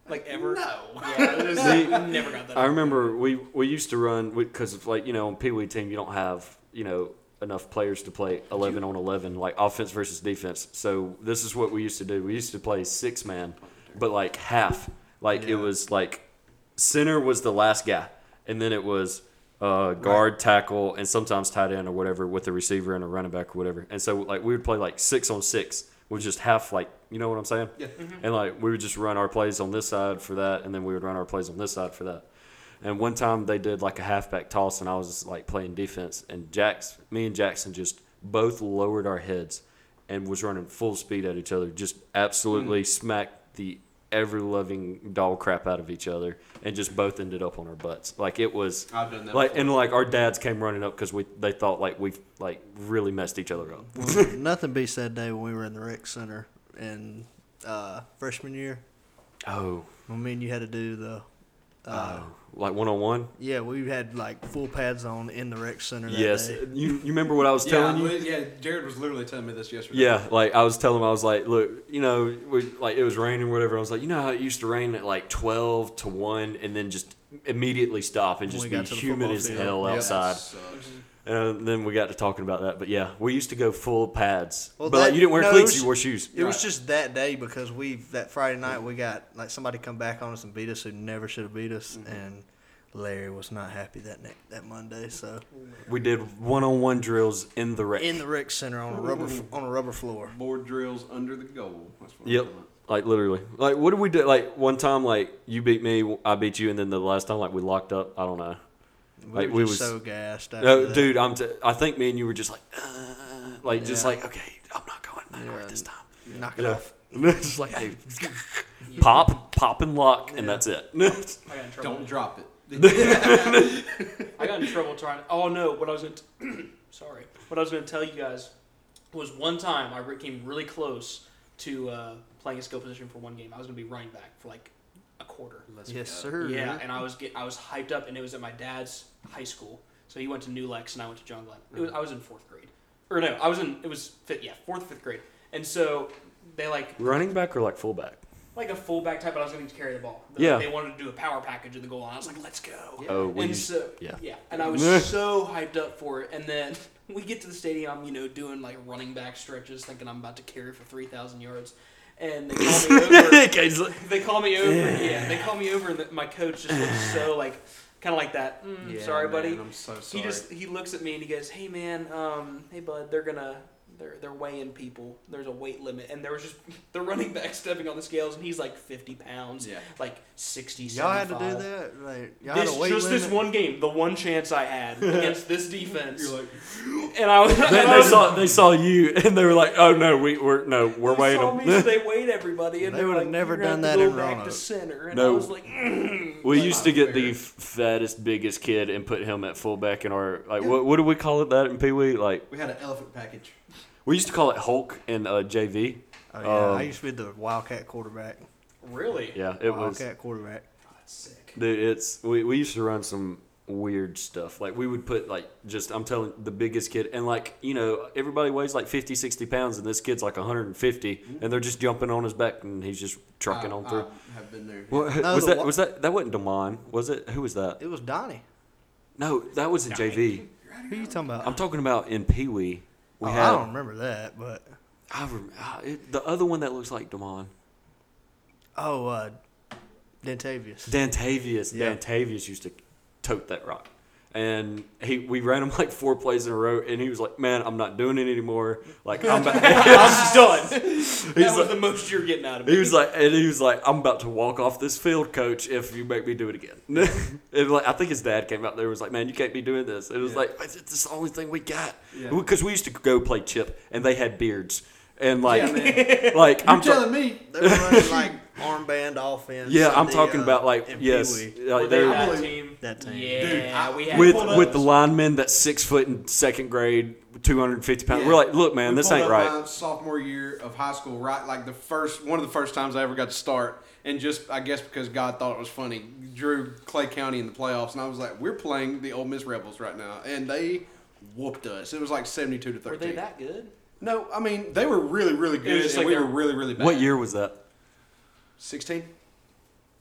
B: Like ever?
C: No.
B: Yeah, it was,
A: See,
B: never got that.
A: I remember we we used to run because like you know on Pee Wee team you don't have you know enough players to play eleven on eleven like offense versus defense. So this is what we used to do. We used to play six man, but like half. Like
D: Yeah.
A: it was like center was the last guy, and then it was uh, guard, tackle, and sometimes tight end or whatever with the receiver and a running back or whatever. And so like we would play like six on six with just half like you know what I'm saying.
B: Mm-hmm.
C: Yeah.
A: And like we would just run our plays on this side for that, and then we would run our plays on this side for that. And one time they did like a halfback toss, and I was like playing defense, and Jax, me and Jackson just both lowered our heads and was running full speed at each other, just absolutely smacked the ever loving dog crap out of each other, and just both ended up on our butts. Like it was
C: I've done that.
A: like
C: before.
A: and like our dads came running up because we they thought like we like really messed each other up.
D: Well, nothing beats that day when we were in the rec center in uh, freshman year.
A: Oh,
D: When me and you had to do the. Uh,
A: like one on one.
D: Yeah, we had like full pads on in the rec center. That
A: Yes,
D: day.
A: you you remember what I was telling
C: yeah,
A: you?
C: li- yeah, Jared was literally telling me this yesterday.
A: Yeah, like I was telling him, I was like, look, you know, we, like it was raining, or whatever. I was like, you know how it used to rain at like twelve to one, and then just immediately stop and
D: When
A: just
D: we
A: be
D: got to the
A: humid
D: football
A: as
D: field.
A: hell
D: Yep.
A: outside.
B: Mm-hmm.
A: And uh, then we got to talking about that, but yeah, we used to go full pads,
D: Well,
A: but like,
D: that-
A: you didn't wear
D: no, it
A: cleats,
D: was-
A: you wore shoes.
D: It was
C: Right.
D: just that day because we that Friday night we got like somebody come back on us and beat us who never should have beat us
A: Mm-hmm.
D: and Larry was not happy that ne- that Monday so
A: We did one on one drills in the rain.
D: in the rec center on a rubber f- on a rubber floor.
C: Board drills under the goal. That's what I'm
A: Yep.
C: talking
A: Like literally, like what did we do? Like one time, like you beat me, I beat you, and then the last time, like we locked up. I don't know.
D: We
A: Like,
D: were
A: we
D: just
A: was-
D: so gassed. After
A: No,
D: that.
A: dude, I'm. T- I think me and you were just like, uh, like just
D: Yeah.
A: like, okay, I'm not going nowhere
D: Yeah.
A: this time.
D: knock it
A: Yeah.
D: off.
A: just like, hey, pop, pop and lock, and
D: Yeah.
A: that's it.
B: I got in
C: about.
B: trouble.
C: Don't drop it.
B: I got in trouble trying. Oh no! What I was going to, sorry, what I was going to tell you guys was one time I re- came really close to uh, playing a skill position for one game. I was going to be running back for like a quarter.
D: Yes sir.
B: Yeah, and I was get, I was hyped up, and it was at my dad's high school. So he went to New Lex, and I went to John Glenn. It was, I was in fourth grade, or no, I was in it was fifth, yeah, fourth fifth grade. And so they like
A: Running back or like fullback?
B: like a fullback type, but I was going to carry the ball. They-
A: Yeah.
B: they wanted to do a power package in the goal line. I was like, let's go.
A: Oh, we
B: and
A: used-
B: so
A: yeah.
B: yeah. and I was
A: Meh.
B: so hyped up for it. And then we get to the stadium, you know, doing like running back stretches, thinking I'm about to carry for three thousand yards. And they call me over.
A: Cade's like,
B: they call me over. Yeah, they call me over, and the, my coach just looks so like, kind of like that. Mm,
C: Yeah,
B: sorry,
C: man,
B: buddy.
C: I'm so
B: He
C: sorry.
B: just he looks at me and he goes, "Hey man, um, hey bud, they're gonna they're they're weighing people. There's a weight limit, and there was just the running back stepping on the scales, and he's like 50 pounds,
C: Yeah.
B: like 60.
D: Y'all had to do
B: 75.
D: that. Like y'all
B: This,
D: had to wait.
B: just this
D: limit?
B: one game, the one chance I had against this defense,
C: You're like,
B: and I was and
A: they,
B: I
A: they
B: was-
A: saw they saw you, and they were like, oh no, we we're no, we're
B: they saw
A: waiting.
B: me, so they weighed everybody, and
D: They
B: they were
D: would've
B: like,
D: never
B: "You're gonna have
D: done that
B: to
D: in
B: go back
D: Roanoke.
B: to center, and
A: No.
B: I was like, mm.
A: We
B: Like,
A: used to get the
C: fair.
A: fattest, biggest kid and put him at fullback in our like what what do we call it that in Pee Wee? Like
C: we had an elephant package.
A: we used to call it Hulk and uh, JV.
D: Oh, yeah. I
A: Um,
D: used to be the Wildcat quarterback.
B: really,
A: Yeah, it was.
D: Wildcat quarterback.
B: God, sick.
A: Dude, it's we, we used to run some weird stuff. Like we would put like just I'm telling the biggest kid and like, you know, everybody weighs like 50, 60 pounds and this kid's like 150 and they're just jumping on his back and he's just trucking
C: I,
A: on through.
C: I have been there.
A: What,
D: Ah, No,
A: was
D: the
A: that
D: wa-
A: was that that wasn't Damon, was it? Who was that?
D: It was Donnie.
A: No, that was in JV.
D: Who you talking about?
A: I'm talking about in Pee Wee. We
D: oh,
A: had
D: I don't remember that, but
A: I rem- ah, it, the other one that looks like Damon.
D: oh, uh, Dentavious.
A: Dantavius,
D: Yeah.
A: Dantavius used to tote that rock, and he we ran him like four plays in a row, and he was like, "Man, I'm not doing it anymore. Like I'm about."
B: I'm done. that
A: He's
B: was
A: like-
B: the most you're getting out of me.
A: He was like, and he was like, I'm about to walk off this field, coach, if you make me do it again. and like, I think his dad came out there and was like, man, you can't be doing this. It was
C: Yeah.
A: like, this is the only thing we got.
C: Yeah.
A: Because we used to go play chip, and they had beards. And like,
C: yeah, man.
A: like
C: You're
A: I'm ta-
C: telling me.
D: They were running like armband offense.
A: yeah,
D: in
A: I'm
D: the,
A: talking
D: uh,
A: about like,
D: in
A: yes,
D: Pee Wee.
A: like,
B: Were they
A: they're-
C: I
B: that
C: believe-
B: team?
D: that team.
B: Yeah,
C: Dude, I-
B: we had
A: with
B: pulled up-
A: with the linemen that's six foot in second grade, two hundred and fifty pounds.
C: Yeah.
A: We're like, look, man,
C: We
A: this
C: pulled
A: ain't
C: up
A: right.
C: My sophomore year of high school, right? Like the first one of the first times I ever got to start, and just I guess because God thought it was funny, drew Clay County in the playoffs, and I was like, we're playing the Ole Miss Rebels right now, and they whooped us. It was like seventy-two to
B: Were
C: thirteen.
B: they that good?
C: No, I mean they were really, really good,
B: just
C: and
B: like
C: we
B: they
C: were
B: were-
C: really, really bad.
A: What year was that?
C: Sixteen.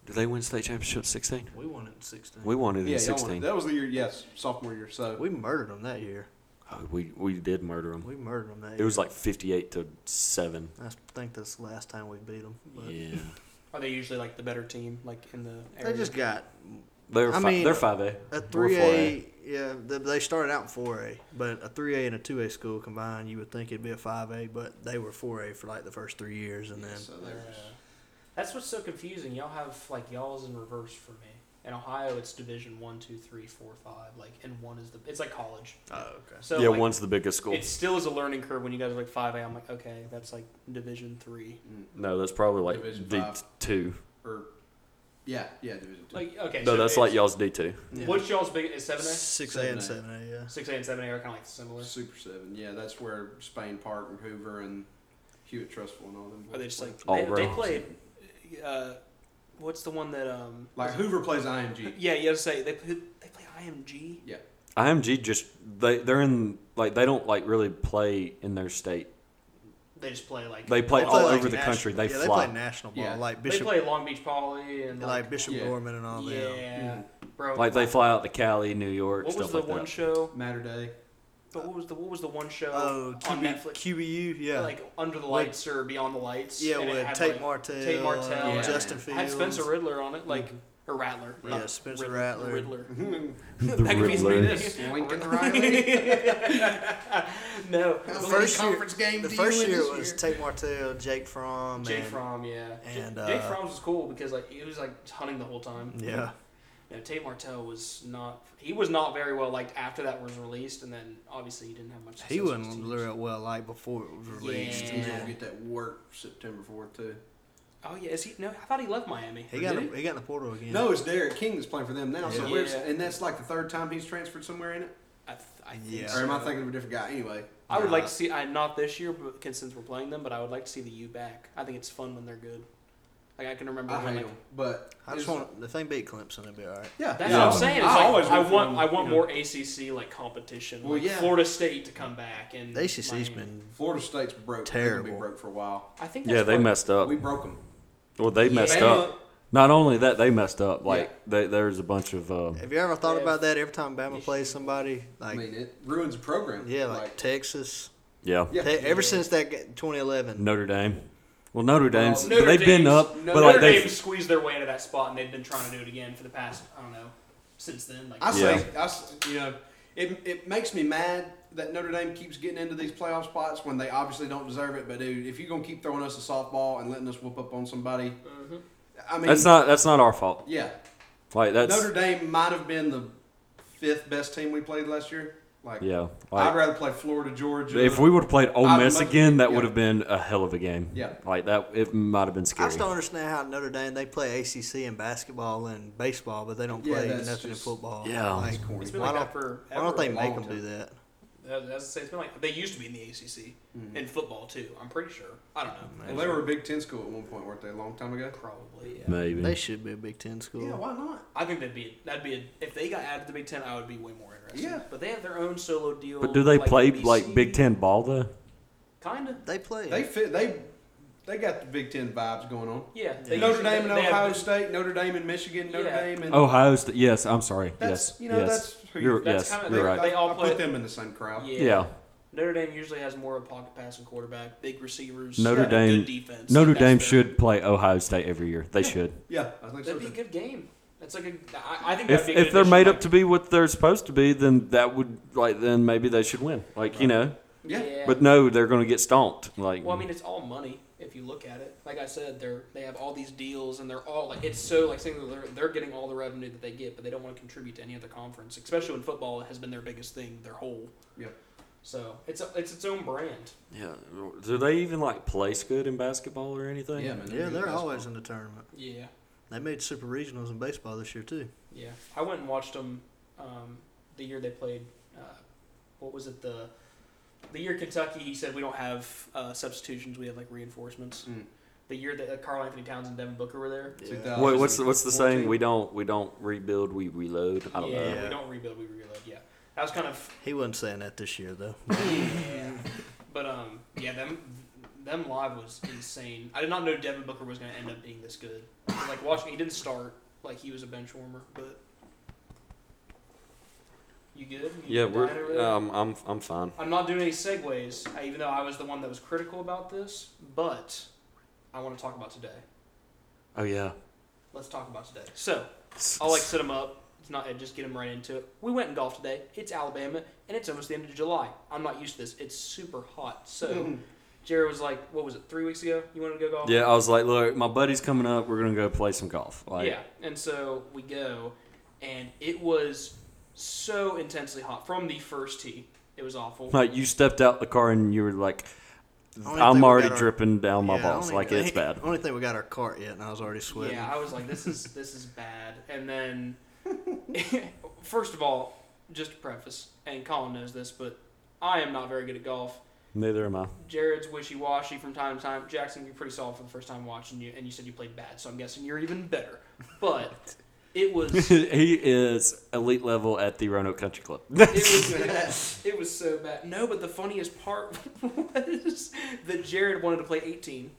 A: Did they win state championship sixteen?
D: We won it in 16.
A: We
D: We,
A: wanted it
C: Yeah,
A: in
C: y'all won.
A: sixteen.
C: that was the year. Yes, sophomore year. So
D: murdered them that year.
A: Oh, we we did murder them.
D: We murdered them that year.
A: It was like fifty eight to seven.
D: I think that's the last time we beat them. But
A: Yeah,
B: Are they usually like the better team, like in the area?
D: They just got
A: they're
D: I
A: fi-
D: mean,
A: they're five A.
D: a 3A. Yeah, they- they started out in 4A, but a 3A and a 2A school combined, you would think it'd be a 5A, but they were 4A for like the first three years, and then
C: so
B: They're,
C: they
B: uh, that's what's so confusing. Y'all have like y'all's in reverse for me. In Ohio, it's Division one, two, three, four, five. Like, and one is the it's like college.
D: Oh, okay.
B: So
A: yeah,
B: like,
A: one's the biggest school.
B: It still is a learning curve when you guys are like five A. I'm like, okay, that's like Division three.
A: No, that's probably like
C: Division
A: D
C: five.
A: two.
C: mm, Or yeah, yeah, Division Two.
B: Like, okay,
A: No,
B: so
A: that's
B: it's-
A: like y'all's D two.
C: Yeah.
B: What's y'all's big? Is seven A?
D: Six A
C: Seven
D: and
C: A.
D: seven A. Yeah.
B: Six A and seven A are kind of like similar.
C: Super Seven. Yeah, that's where Spain Park and Hoover and Hewitt Trustful and all them.
B: Are they just like
A: All
B: they, they
A: rounds.
B: played? Uh, what's the one that um?
C: like Hoover plays IMG?
B: Yeah, you gotta say they play, they play IMG.
A: IMG just they they're in like they don't like really play in their state.
B: They just play like
A: They play
D: They
A: all
D: like,
A: over the
D: national-
A: country. They
D: yeah,
A: fly.
D: They play national ball,
C: Yeah.
D: like
B: they
D: Bishop,
B: play Long Beach Poly and like,
D: like Bishop
C: Yeah.
D: Gorman and all
B: yeah,
D: them.
B: bro.
A: like they fly out to Cali, New York,
B: What was
A: stuff
B: the
A: like
B: one
A: that.
B: show?
C: Matter Day.
B: But what was the what was the one show
D: Oh,
B: on
D: QB,
B: Netflix?
D: QBU, yeah,
B: Like Under the Lights or Beyond the Lights.
D: yeah,
B: and it
D: with
B: had,
D: Tate
B: like,
D: Martell,
B: Tate Martell,
D: uh,
C: yeah.
D: Justin
B: it
D: Fields,
B: had Spencer Riddler on it, like
D: Mhm.
B: or Rattler.
D: Yeah,
B: not
D: Spencer
B: Riddler,
D: Rattler.
B: Riddler.
C: Mm-hmm.
A: The
B: That confused me
A: Riddler.
B: too.
C: Lincoln Riley.
B: no,
C: That was
D: The
C: a
D: first year-
C: conference game.
D: The
C: to
D: first
C: you in
D: year
C: this
D: was Tate Martell, Jake Fromm,
B: Jay
D: and-
B: Fromm, yeah. J-
D: Oh, and,
B: Jay
D: uh,
B: Fromm's was cool because like he was like hunting the whole time.
D: Yeah,
B: No, Tate Martell was not. He was not very well liked after that was released, and then obviously he didn't have much.
D: he
B: success with his
D: wasn't
B: teams.
D: real well liked before it was released.
B: Yeah.
C: He's gonna
D: Yeah.
C: get that work September fourth too.
B: Oh yeah, is he? No, I thought he left Miami.
D: He got
C: Did
D: in- he got in the portal again.
C: No, it's Derek King that's playing for them now. So
B: Yeah.
C: where's
B: Yeah.
C: and that's like the third time he's transferred somewhere in it.
B: I, th- I think.
D: Yeah.
B: so.
C: Or am I thinking of a different guy? Anyway,
B: I would
C: Nah.
B: like to see. I not this year, but 'cause since we're playing them, but I would like to see the U back. I think it's fun when they're good. Like I can remember.
C: I
B: when,
C: hate
B: like,
C: him, but
D: I just
C: it's-
D: want if they beat Clemson, it'll be all right.
C: Yeah,
B: That's
A: Yeah.
B: what I'm saying. It's
C: I
B: like,
C: always
B: I
C: root for
B: want
C: them,
B: I want
C: you know.
B: more ACC like competition.
C: Well,
B: like
C: yeah.
B: Florida State to come back and
D: The ACC's
B: Miami.
D: been
C: Florida State's broke. They're gonna
D: Terrible. Oh.
C: be broke for a while.
B: I think that's
A: Yeah, they
B: what-
A: messed up.
C: We broke them.
A: Well, they messed
B: Yeah.
A: up. Not only that, they messed up. Like they, there's a bunch of um,
D: Have you ever thought
B: Yeah.
D: about that? Every time Bama plays somebody,
C: I
D: like
C: mean, it ruins a program.
D: yeah, like, Texas.
A: yeah
C: Yeah.
D: Te- ever
B: Yeah.
D: since that ga- 2011,
A: Notre Dame. Well, Notre Dame's
B: Notre
A: they've been
B: Dame's-
A: up,
C: Notre
A: but like
B: Notre
A: they
B: Dame squeezed their way into that spot, and they've been trying to do it again for the past I don't know since then. Like
C: I
A: Yeah.
C: say, I s you know, it, it makes me mad that Notre Dame keeps getting into these playoff spots when they obviously don't deserve it. But dude, if you're gonna keep throwing us a softball and letting us whoop up on somebody,
B: Mhm.
C: I mean,
A: that's not that's not our fault.
C: yeah.
A: Like that's
C: Notre Dame might have been the fifth best team we played last year. Like,
A: yeah.
C: I'd
A: Like
C: rather play Florida, Georgia.
A: if we would have played Ole
C: I'd
A: Miss
C: love-
A: again, that
C: yeah.
A: would have been a hell of a game.
C: Yeah.
A: Like that, it might have been
D: I
A: scary.
D: just don't understand how Notre Dame they play ACC in basketball and baseball, but they don't
C: Yeah,
D: play
C: that's
D: nothing in
C: just-
D: football.
A: Yeah.
D: like,
C: It's corny.
B: it's been
D: why
B: like
D: don't
B: that for.
D: why don't they
C: a
D: make
C: long
D: them do
C: time.
D: that?
B: As, as I say, it's been like they used to be in the ACC
C: Mhm.
B: in football too. I'm pretty sure. I don't know.
C: well, they were a Big Ten school at one point, weren't they? A long time ago.
B: Probably. Yeah.
A: Maybe
D: They should be a Big Ten school.
C: Yeah, why not?
B: I think that'd be that'd be a, if they got added to the Big Ten, I would be way more interested.
C: Yeah.
B: But they have their own solo deal.
A: But do they play
B: BC.
A: like Big Ten ball though?
B: Kinda.
D: They play.
C: They fit. They they got the Big Ten vibes going on.
B: Yeah.
C: Notre Dame and
B: they have-
C: Ohio State, Notre Dame and Michigan, Notre
B: Yeah.
C: Dame and
A: Ohio State. Yes, I'm sorry.
C: That's
A: yes,
C: you know
A: yes.
C: that's who
A: you're,
B: that's
A: yes,
B: kinda-
A: you're
B: they-
A: right.
B: they all
C: I
B: play-
C: put them in the same crowd.
B: Yeah.
A: yeah.
B: Notre Dame usually has more of a pocket passing quarterback, big receivers,
A: Notre
B: and a
A: Dame-
B: good defense.
A: Notre
B: That's
A: Dame
B: their-
A: should play Ohio State every year. They
C: Yeah.
A: should.
C: Yeah, I think so.
B: That'd be a
C: too.
B: good game. That's like a. I, I think that'd
A: If,
B: be a good
A: if they're
B: addition,
A: made
B: like-
A: up to be what they're supposed to be, then that would like then maybe they should win. Like you know,
C: Yeah.
A: but no, they're going to get stomped. Like
B: Well, I mean, it's all money if you look at it. Like I said, they're they have all these deals, and they're all like it's so like saying that they're, they're getting all the revenue that they get, but they don't want to contribute to any other conference, especially when football has been their biggest thing their whole.
C: Yep.
B: So it's a, it's its own brand.
A: yeah. Do they even like place good in basketball or anything?
C: Yeah, man.
D: yeah,
C: good
D: they're
C: basketball.
D: always in the tournament.
B: Yeah,
D: They made super regionals in baseball this year too.
B: yeah. I went and watched them um, the year they played. Uh, what was it the the year Kentucky? He said we don't have uh, substitutions; we have like reinforcements.
C: Mm.
B: The year that uh, Carl Anthony Towns and Devin Booker were there.
D: Yeah.
C: 2000.
A: Wait, what's the, what's the
C: 14.
A: saying? We don't we don't rebuild, we reload. I don't
B: yeah,
A: know.
D: know.
B: we don't rebuild; we reload. Yeah, that was kind of
D: He wasn't saying that this year though.
B: Yeah. But um, yeah, them them live was insane. I did not know Devin Booker was going to end up being this good. Like watching, he didn't start. Like he was a bench warmer, but you good?
A: Yeah,
B: You dying over
A: we're
B: there?
A: um, I'm I'm fine.
B: I'm not doing any segues, uh, even though I was the one that was critical about this. But I want to talk about today.
A: Oh yeah.
B: Let's talk about today. So I'll like set them up. It's not just get them right into it. We went and golfed today. It's Alabama, and it's almost the end of July. I'm not used to this. It's super hot. So Jared was like, what was it, three weeks ago? You wanted to go golf?
A: Yeah, I was like, look, my buddy's coming up. We're gonna go play some golf. Like,
B: yeah. And so we go, and it was so intensely hot from the first tee. It was awful.
A: like you stepped out the car and you were like,
D: don't even think
A: I'm
D: we
A: already
D: got our-
A: dripping down my
D: Yeah, I
A: balls.
D: only-
A: Like it's
D: I-
A: bad.
D: Only thing we got our cart yet, and I was already sweating.
B: Yeah, I was like, this is this is bad. And then, first of all, just to preface, and Colin knows this, but I am not very good at golf.
A: Neither am I.
B: Jared's wishy washy from time to time. Jackson, you're pretty solid for the first time watching you, and you said you played bad, so I'm guessing you're even better. But it was
A: he is elite level at the Roanoke Country Club.
B: it was it was so bad. No, but the funniest part was that Jared wanted to play 18,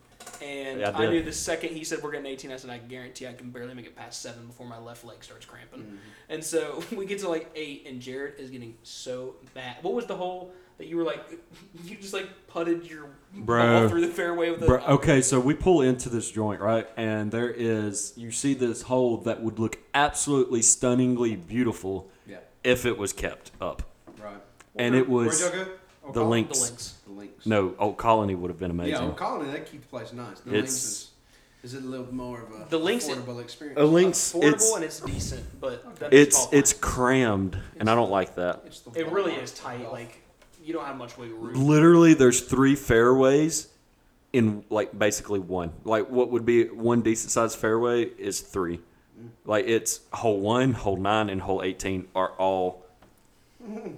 B: and
A: Yeah, I
B: I,
A: did.
B: knew the second he said we're getting 18, I said I guarantee I can barely make it past seven before my left leg starts cramping. And so we get to like eight, and Jared is getting so bad. What was the hole that you were like? You just like putted your
A: Bro.
B: ball through the fairway with a
A: Bro, okay, so we pull into this joint, right? And there is, you see this hole that would look absolutely stunningly beautiful
C: Yeah.
A: if it was kept up.
C: Right.
A: And it was
C: Where'd y'all go? Old
A: the
C: Colony?
B: the
A: links.
B: links.
C: The links.
A: No, Old Colony would have been
C: Yeah,
A: amazing.
C: Old Colony, they keep the place nice. The
A: It's-
C: links is, is it a little more of a
B: The Links-
C: affordable experience.
A: A links,
B: Affordable
A: it's
B: and it's decent, but that is
A: it's
B: tall
A: it's
B: pines.
A: crammed, and I don't like that.
C: It's the
B: it really
C: Walmart
B: is
C: for
B: tight.
C: golf.
B: Like you don't have much wiggle room.
A: Literally, there's three fairways in like basically one. Like what would be one decent sized fairway is three. Like it's hole one, hole nine, and hole eighteen are all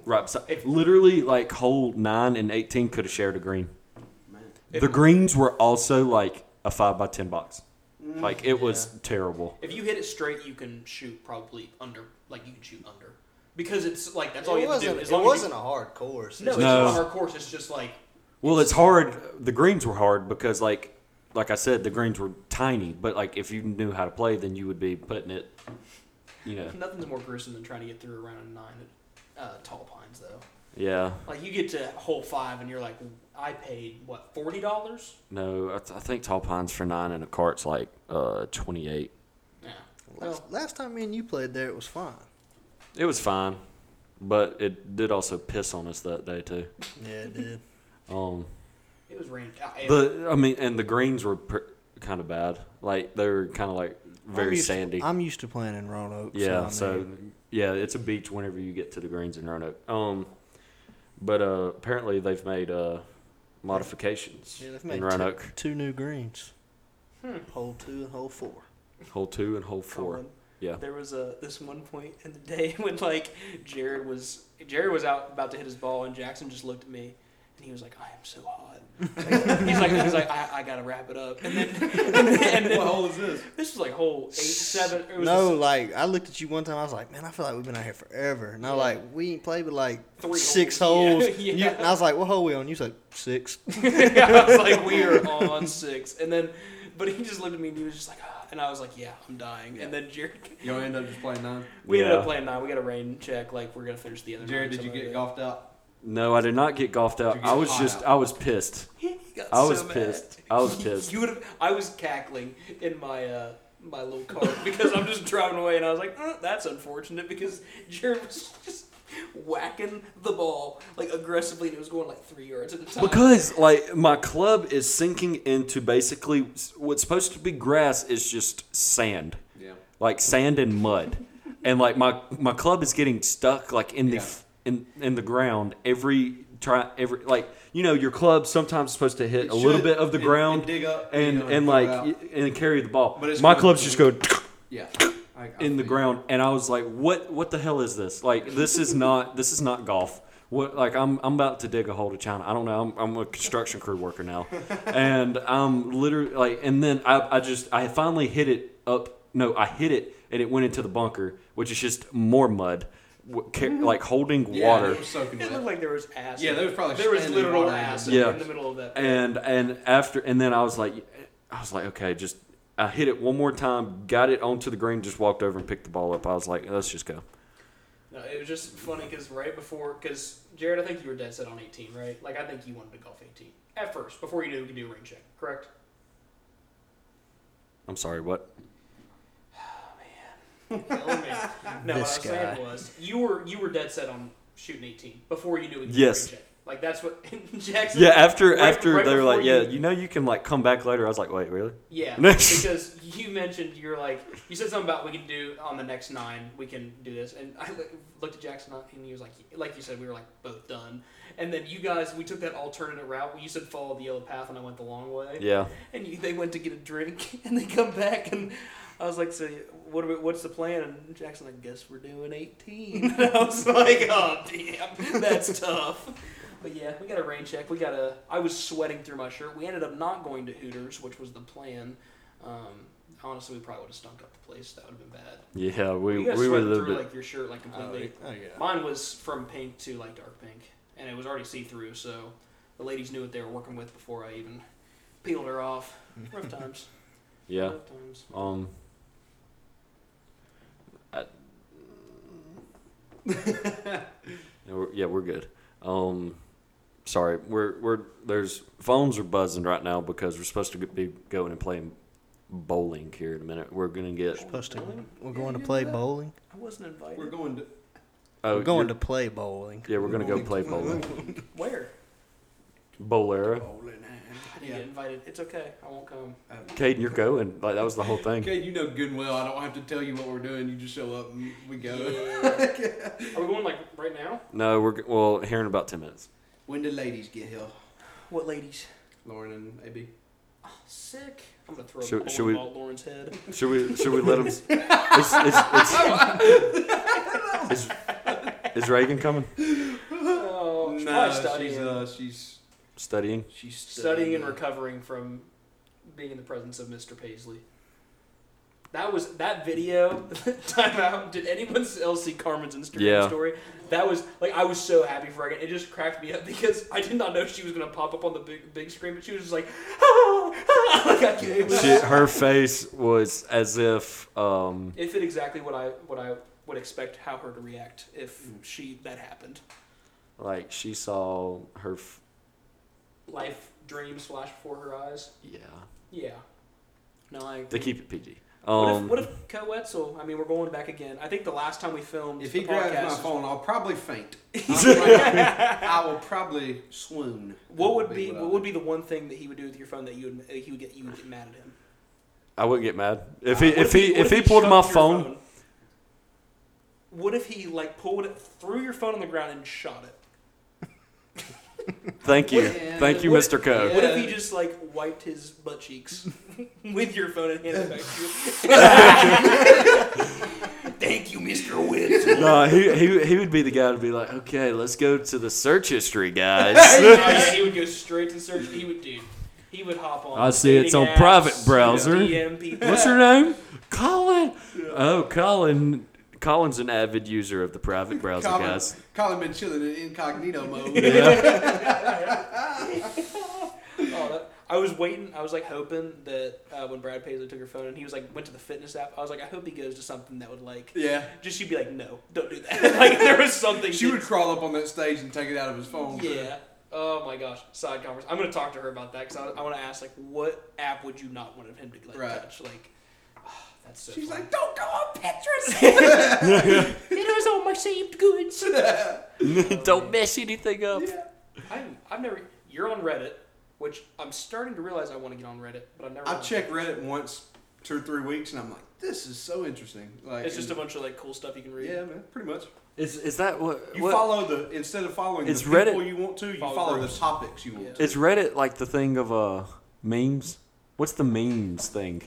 A: right. beside
B: If-
A: literally, like hole nine and eighteen could have shared a green.
C: Man.
A: The greens were also like a five by ten box. Like it was terrible.
B: If you hit it straight, you can shoot probably under. Like you can shoot under because it's like that's all
D: it
B: you have to
D: wasn't,
B: do. As
D: it
B: long
D: wasn't a hard
B: As
D: course.
B: you, no,
D: It's-
B: it's
A: No.
B: not our course. It's just like
A: Well, it's hard. The greens were hard because, like, like I said, the greens were tiny. But like, if you knew how to play, then you would be putting it. You know,
B: nothing's more gruesome than trying to get through a round of nine at uh, tall pines though.
A: yeah.
B: Like you get to hole five and you're like, I paid what forty dollars?
A: No, I, th- I think tall pines for nine and a cart's like uh twenty eight.
B: Yeah.
D: last, last time me and you played there, it was fine.
A: It was fine, but it did also piss on us that day too.
D: Yeah, it did.
A: Um,
B: It was raining. Uh, it-
A: the I mean, and the greens were pr- kind of bad. Like they were kind of like
D: I'm
A: very
D: used to-
A: sandy.
D: I'm used to playing in Roanoke.
A: Yeah,
D: so, I
A: so
D: mean,
A: yeah, it's a beach whenever you get to the greens in Roanoke. Um, but uh, apparently they've made uh modifications
D: yeah, they've made
A: in
D: two-
A: Roanoke,
D: two, new greens,
B: Hmm.
D: hole two and hole four.
A: hole two and hole four.
B: Colin,
A: Yeah.
B: There was a this one point in the day when like Jared was Jared was out about to hit his ball and Jackson just looked at me and he was like, I am so hot. Like, he's like he's like I, I gotta wrap it up. And then and then, and
C: what
B: then
C: hole is this?
B: this was like hole eight, seven it was
D: No,
B: just
D: like I looked at you one time. I was like, man, I feel like we've been out here forever. And I
B: Yeah.
D: like we ain't played but like
B: Three
D: six
B: holes.
D: holes.
B: Yeah,
D: You-
B: yeah.
D: and I was like, what hole we on? You was like six.
B: I was like, we are on six. And then but he just looked at me and he was just like ah. and I was like, Yeah, I'm dying. And then Jared
C: Y'all end up just playing nine.
B: we ended up
A: Yeah.
B: playing nine, we got a rain check, like we're gonna finish the other
C: Jared,
B: nine
C: did you
B: somehow.
C: get golfed out?
A: No, I did not get golfed out.
C: Did you
A: I
C: get
A: was
C: caught
A: just
C: out?
A: I was pissed.
B: He got
A: I was
B: so mad.
A: pissed. I was pissed.
B: You would have. I was cackling in my uh, my little car because I'm just driving away, and I was like, "Uh, "That's unfortunate," because Jared was just whacking the ball like aggressively, and it was going like three yards at a time.
A: Because like my club is sinking into basically s- what's supposed to be grass is just sand.
C: Yeah.
A: like sand and mud, and like my my club is getting stuck like in the
C: Yeah.
A: f in in the ground every try every like you know your club sometimes is supposed to hit
C: It
A: a little
C: should,
A: bit of the
C: and-
A: ground
C: and dig up,
A: and
C: you know,
A: and,
C: and
A: like
C: go out.
A: y- and carry the ball.
C: But it's
A: my
C: going-
A: clubs just go
C: Yeah. I, I
A: in the
C: feel you.
A: ground, and I was like, what what the hell is this? Like this is not this is not golf. What, like I'm, I'm about to dig a hole to China. I don't know. I'm, I'm a construction crew worker now, and I'm literally like. And then I, I just I finally hit it up. No, I hit it and it went into the bunker, which is just more mud, w- ca- like holding
C: Yeah,
A: water.
C: it was soaking
B: it looked
C: wet.
B: like there was acid.
C: Yeah, there was probably
B: there was
C: standing
B: literal
C: water in the
B: acid
A: middle.
B: in the middle of that.
A: and and after and then I was like, I was like, okay, just I hit it one more time, got it onto the green, just walked over and picked the ball up. I was like, let's just go.
B: No, it was just funny because right before, because Jared, I think you were dead set on 18, right? Like I think you wanted to golf 18 at first before you knew we could do a ring check, correct?
A: I'm sorry, what?
B: Killing me. No, what
D: This
B: I was
D: guy.
B: saying was you were you were dead set on shooting 18 before you knew we could
A: Yes.
B: do a ring check. Like that's what Jackson.
A: Yeah, after
B: right-
A: after
B: right
A: they were
B: before
A: like, yeah, you know, you can like come back later. I was like, wait, really?
B: Yeah,
A: Next.
B: because you mentioned you're like you said something about we can do on the next nine we can do this, and I loo- looked at Jackson and he was like, like you said, we were like both done, and then you guys we took that alternate route. You said follow the yellow path, and I went the long way,
A: Yeah.
B: and you, they went to get a drink, and they come back, and I was like, so what? Are we, what's the plan? And Jackson like, guess we're doing 18. And I was like, oh damn, that's tough. But yeah, we got a rain check. We got a. I was sweating through my shirt. We ended up not going to Hooters, which was the plan. Um, honestly, we probably would have stunk up the place. That would have been bad.
A: Yeah, we
B: you guys
A: we were a
B: sweated
A: little
B: through
A: bit.
B: like your shirt like
C: Oh,
B: completely.
C: yeah.
B: Mine was from pink to like dark pink, and it was already see through. So the ladies knew what they were working with before I even peeled her off. Rough times.
A: yeah.
B: Rough times.
A: Um. I- yeah, we're, yeah, we're good. Um, sorry, we're we're there's phones are buzzing right now because we're supposed to be going and playing bowling here in a minute. We're gonna get
D: Supposed to,
B: Bowling?
D: we're
B: Yeah,
D: going
B: you
D: to
B: did
D: play
B: that.
D: bowling.
B: I wasn't invited.
C: We're going to.
A: oh,
D: we're going to
A: you're-
D: play bowling.
A: yeah, we're gonna go play bowling.
B: Where?
A: Bowlera,
C: Bowling hand.
B: I didn't
C: Yeah. Oh,
B: get invited. It's okay. I won't come.
A: Caden, you're going. Like that was the whole thing.
C: Okay, you know good and well. I don't have to tell you what we're doing. You just show up and we go.
B: Are we going like right now?
A: No, we're g- well here in about ten minutes.
C: When did ladies get here?
B: What ladies?
C: Lauren and AB.
B: Sick. I'm gonna throw
A: Should-
B: a
A: should we-
B: bowling ball at Lauren's head.
A: Should we should we let him? It's, it's, it's, is, is Reagan coming?
B: Oh, she's probably studying.
C: she's uh, she's
A: Studying.
C: she's
B: studying and recovering from being in the presence of Mr. Paisley. That was that video. time out. Did anyone else see Carmen's Instagram
A: Yeah.
B: story? That was like I was so happy for Reagan. It just cracked me up because I did not know she was gonna pop up on the big big screen, but she was just like, like I, it was,
A: She, her face was as if um,
B: it fit exactly what I what I would expect how her to react if
A: Mm.
B: she that happened.
A: like she saw her. F-
B: Life dreams flash before her eyes.
A: yeah,
B: Yeah. No, I agree.
A: they keep it PG.
B: What
A: Um,
B: if, what if Co Wetzel? I mean, we're going back again. I think the last time we filmed,
C: If he
B: the
C: grabs
B: podcast,
C: my
B: is-
C: phone, I'll probably faint. I will probably swoon. uh,
B: what would be
C: I
B: what would be the one thing that he would do with your phone that you would uh, he would get you would get mad at him?
A: I wouldn't get mad if
B: Uh,
A: he
B: what
A: if he
B: what
A: if he pulled
B: shoved
A: my
B: your
A: phone.
B: What if he like pulled it, threw your phone on the ground and shot it?
A: Thank you,
C: Yeah.
A: thank you,
B: What-
A: Mr. Co.
B: What if
C: Yeah.
B: he just like wiped his butt cheeks with your phone and handed it back to you? Thank you, Mister Wetzel.
A: No, he, he he would be the guy to be like, okay, let's go to the search history, guys.
B: yeah, he would go straight to search. He would, dude. He would hop on.
A: I see it's
B: dating
A: on private browser.
B: DM people.
A: What's your name? Colin. Oh, Colin. Colin's an avid user of the private browser,
C: Colin,
A: guys.
C: Colin been chilling in incognito mode.
A: Yeah.
B: Oh, that, I was waiting. I was like hoping that uh, when Brad Paisley took her phone and he was like went to the fitness app. I was like, I hope he goes to something that would like
C: Yeah.
B: just she'd be like, no, don't do that. like there was something
C: She would crawl up on that stage and take it out of his phone.
B: Yeah. Oh my gosh. Side conference. I'm gonna talk to her about that because I, I want to ask like, what app would you not want him to like
C: Right.
B: touch? Like, that's so.
C: She's
B: funny.
C: like, don't go on Pinterest.
B: it was all my saved goods.
A: Don't mess anything up.
B: I, I've never. You're on Reddit, which I'm starting to realize I want to get on Reddit, but I've never.
C: I
B: on
C: check Reddit once, two or three weeks, and I'm like, this is so interesting. Like,
B: Reddit. It's just a bunch of like cool stuff you can read.
C: yeah, man, pretty much.
A: Is is that what?
C: You
A: what-
C: follow the instead of following
A: It's
C: the
A: Reddit.
C: people you want to, you
B: Follow
C: follow,
B: groups.
C: the topics you want.
B: Yeah.
C: to.
A: Is Reddit like the thing of uh memes? What's the memes thing?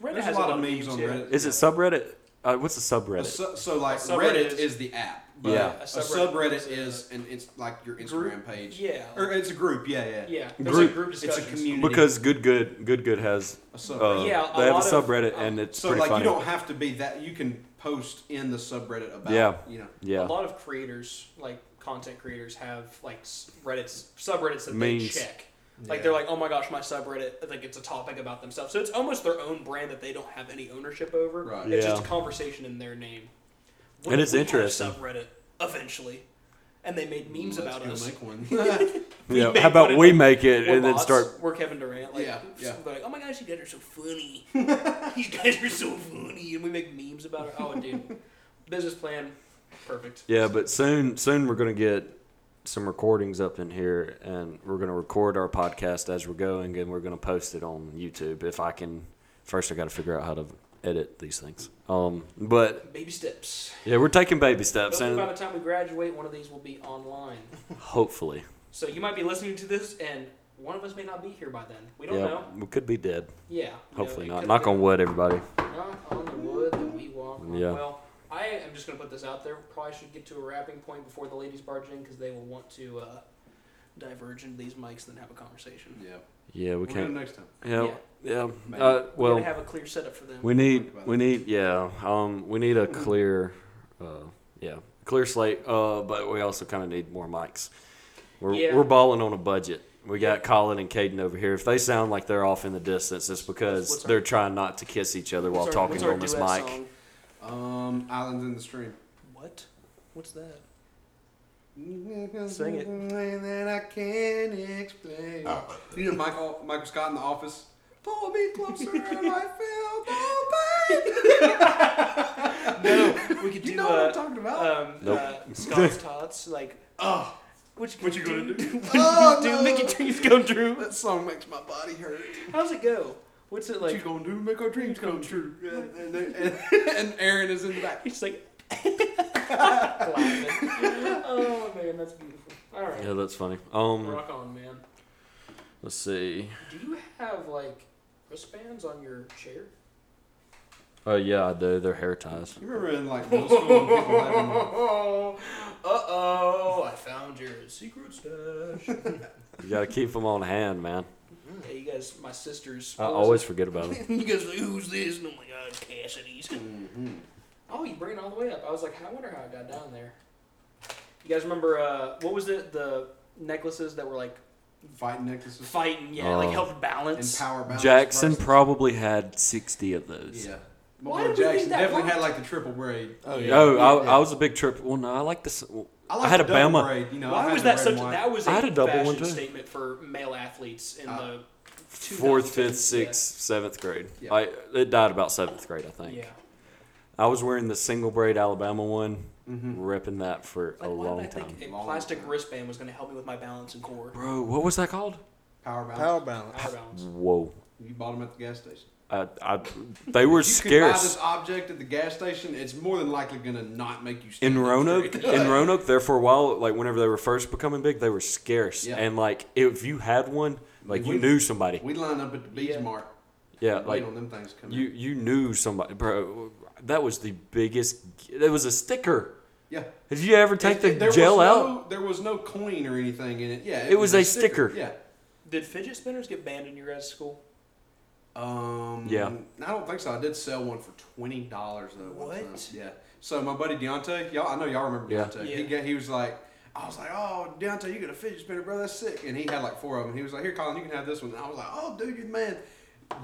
B: Reddit
C: There's
B: has
C: a lot of memes on
B: yeah.
C: Reddit.
A: Is it subreddit? Uh, what's a
C: A
A: subreddit?
C: su- so like
B: A subreddit
C: Reddit
B: is-
C: is the app, but
A: Yeah.
B: A
C: a
B: subreddit
C: subreddit
B: is
C: is,
B: a-
C: and it's like your Instagram
B: Group?
C: page,
B: Yeah.
C: or it's a group. Yeah, yeah.
B: yeah. There's
A: Group.
B: like group
C: It's a
B: discussions.
C: community.
A: because good good good good has
C: A subreddit.
A: uh,
B: Yeah, a
A: they have a
B: lot of-
A: subreddit and it's
C: so
A: pretty
C: like
A: funny.
C: you don't have to be that. You can post in the subreddit about.
A: Yeah.
C: You know.
B: A
A: yeah,
B: lot of creators, like content creators, have like s- Reddit's subreddits that
A: Memes.
B: they check. Like they're like, oh my gosh, my subreddit, like it's a topic about themselves. So it's almost their own brand that they don't have any ownership over.
C: Right.
B: It's just a
A: Yeah.
B: conversation in their name.
A: And
B: if
A: it's
B: we had a
A: interesting.
B: Subreddit eventually, and they made memes
C: Let's
B: about
C: go
B: us.
C: Make one.
A: yeah.
B: make
A: How
B: one
A: about
B: and
A: we
B: then-
A: make it
B: We're
A: and then
B: bots.
A: start?
B: We're Kevin Durant. Like,
C: Yeah, yeah.
B: They're like, oh my gosh, you guys are so funny. you guys are so funny, and we make memes about it. Oh, dude, business plan, perfect.
A: Yeah, but soon soon we're gonna get some recordings up in here, and we're gonna record our podcast as we're going, and we're gonna post it on YouTube if I can. First, I got to figure out how to edit these things. Um, but
B: Baby steps.
A: yeah, we're taking baby steps,
B: Hopefully by
A: and
B: the time we graduate, one of these will be online.
A: hopefully,
B: So you might be listening to this, and one of us may not be here by then. We don't
A: yeah,
B: know.
A: we could be dead.
B: Yeah. you
A: Hopefully
B: know, it
A: not.
B: could-
A: Knock on wood, everybody.
B: Knock on the wood that we walk on.
A: Yeah.
B: Well, I am just going to put this out there. Probably should get to a wrapping point before the ladies barge in because they will want to uh, diverge into these mics and then have a conversation.
C: Yeah.
A: Yeah, we
C: We'll get
A: can't.
C: them next time.
A: Yeah, yeah.
C: Maybe.
A: Uh,
B: We're
A: well,
B: gonna have a clear setup for them.
A: We need, we need, yeah, um, we need a clear, uh, yeah, clear slate. Uh, but we also kind of need more mics. We're
B: Yeah.
A: we're balling on a budget. We
B: Yeah.
A: got Colin and Caden over here. If they sound like they're off in the distance, it's because
B: What's our-
A: they're trying not to kiss each other while
B: What's our-
A: talking
B: what's our
A: on this
B: duet
A: mic.
B: song?
C: Um, Islands in the Stream.
B: What? What's that?
C: Sing
B: it.
C: That I can't explain. You know Michael Michael Scott in the office. Pull me closer, and I feel the pain.
B: No, we could do.
C: You know
B: uh,
C: what I'm talking about?
B: Um,
A: Nope.
B: uh, Scott's tots like.
C: oh,
B: What you gonna
C: What you gonna
B: do? what
C: Oh,
B: you
C: no.
B: do? Mickey dreams come true.
C: that song makes my body hurt.
B: How's it go? What's it
C: What you
B: like?
C: gonna do? Make our dreams come true. And, and, and, and Aaron is in the back.
B: He's like. laughing. Oh man, that's beautiful. All right,
A: Yeah, that's funny. Um,
B: rock on, man.
A: let's see.
B: Do you have like wristbands on your chair?
A: Oh yeah, I do. They're hair ties.
C: You remember in like middle school when people having
B: oh, I found your secret stash.
A: You gotta keep them on hand, man.
B: yeah, you guys, my sisters.
A: I always forget about them.
B: you guys, like, who's this? And I'm like, oh, it's Cassidy's.
C: mm-hmm,
B: Oh, you bring it all the way up. I was like, I wonder how it got down there. You guys remember uh, what was the the necklaces that were like
C: fight necklaces
B: fighting? Yeah, like
A: Oh.
B: helped
C: and
B: balance.
C: power balance.
A: Jackson
C: versus-
A: probably had sixty of those.
C: Yeah. My
B: Why
C: boy
B: did we think
C: Jackson
B: that
C: definitely
B: worked?
C: had like the triple braid.
D: Oh, yeah.
A: Oh, I,
D: Yeah.
A: I was a big trip. Well, no, I like this.
C: like
A: I had
C: the
A: a
C: double
A: Bama-
C: Braid, you know, I
B: Why
C: had
B: was
C: the
B: that
C: red
B: such?
C: and white.
B: That was a,
A: I had a double
B: fashion
A: one, too.
B: statement for male athletes in
C: Uh,
B: the
A: fourth, fifth,
B: 2000s,
A: sixth, seventh grade.
C: Yeah.
A: I it died about seventh grade, I
B: Yeah.
A: think.
B: yeah.
A: I was wearing the single braid Alabama one,
C: Mhm.
A: repping that for a
B: Like, why did
A: long
B: I
A: time.
B: think a
C: Long
B: plastic
C: time.
B: wristband was going to help me with my balance and core?
A: Bro, what was that called?
C: Power balance.
D: Power balance.
B: Power balance.
A: Whoa,
C: You bought them at the gas station.
A: I, I, they were
C: If you could buy this
A: scarce
C: object at the gas station, it's more than likely going to not make you. stand
A: in
C: up
A: Roanoke.
C: straight.
A: In Roanoke, there for a while, like whenever they were first becoming big, they were scarce.
C: Yeah.
A: And like if you had one, like you
C: We-
A: knew somebody.
C: we line up at the beach
B: Yeah.
C: mart.
A: Yeah,
C: wait
A: like
C: on them things coming.
A: you you knew somebody, bro. That was the biggest. That was a sticker.
C: yeah.
A: Did you ever take
C: It-
A: the
C: it- there
A: gel
C: was
A: out?
C: no- there was no coin or anything in it. Yeah.
A: It was a sticker.
C: Yeah.
B: Did fidget spinners get banned in your guys' school?
C: Um,
A: Yeah.
C: I don't think so. I did sell one for twenty dollars though. one
B: What?
C: time. Yeah. So my buddy Deontay, y'all, I know y'all remember
A: Yeah.
C: Deontay.
B: Yeah.
C: He got, he was like, I was like, oh Deontay, you got a fidget spinner, bro. That's sick. And he had like four of them. He was like, here, Colin, you can have this one. And I was like, oh, dude, you're the man.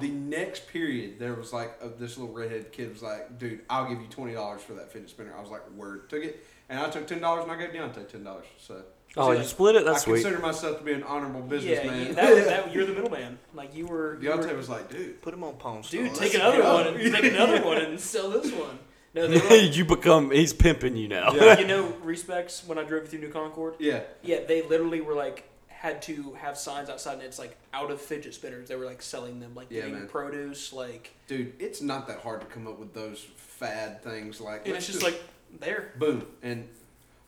C: The next period, there was like a, this little redhead kid was like, dude, I'll give you twenty dollars for that fidget spinner. I was like, word, took it, and I took ten dollars and I gave Deontay ten dollars. So
A: Oh,
B: See,
A: you
B: like,
A: split it? That's
C: I
A: sweet.
C: consider myself to be an honorable
B: Yeah,
C: businessman.
B: you, that, that, you're the middleman. Like you were. you were-
C: Deontay was like, dude.
D: Put him on Pawn Stars.
C: Oh,
B: Dude, take another
C: go.
B: one and take another one and sell this one. No, they were
A: you become he's pimping you now.
C: Yeah.
B: you know respects when I drove through New Concord.
C: Yeah.
B: Yeah, they literally were like had to have signs outside, and it's like out of fidget spinners. They were like selling them, like
C: Yeah,
B: getting
C: man.
B: produce, like
C: Dude, it's not that hard to come up with those fad things like
B: and
C: let's
B: it's just like there.
C: boom and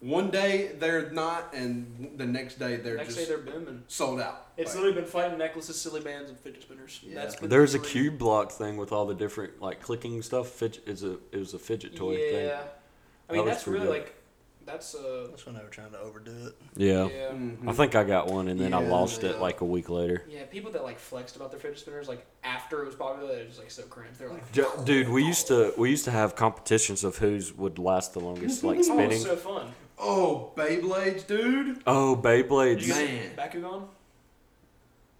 C: one day they're not and the next day they're
B: Next day
C: just
B: they're booming.
C: sold out.
B: It's
C: Like,
B: literally been fighting necklaces, silly bands, and fidget spinners.
C: Yeah.
B: That's been
A: There's a
B: three.
A: cube block thing with all the different like clicking stuff. Fidget is a it was a fidget toy
B: yeah.
A: thing.
B: I mean
A: That was
B: that's
A: pretty
B: really
A: good.
B: like that's uh
D: That's when they were trying to overdo it.
A: Yeah.
B: yeah.
C: mhm.
A: I think I got one and then I
C: Yeah,
A: lost
C: yeah.
A: it like a week later.
B: Yeah, people that like flexed about their fidget spinners, like after it was popular, they're just like so cramped. They're like,
A: Ju- Dude, we used to we used to have competitions of whose would last the longest, like
B: "Oh, it's
A: spinning.
B: so fun."
C: Oh, Beyblades, dude.
A: Oh,
B: Did you
A: Beyblades!
B: guys
C: Man.
B: Bakugan?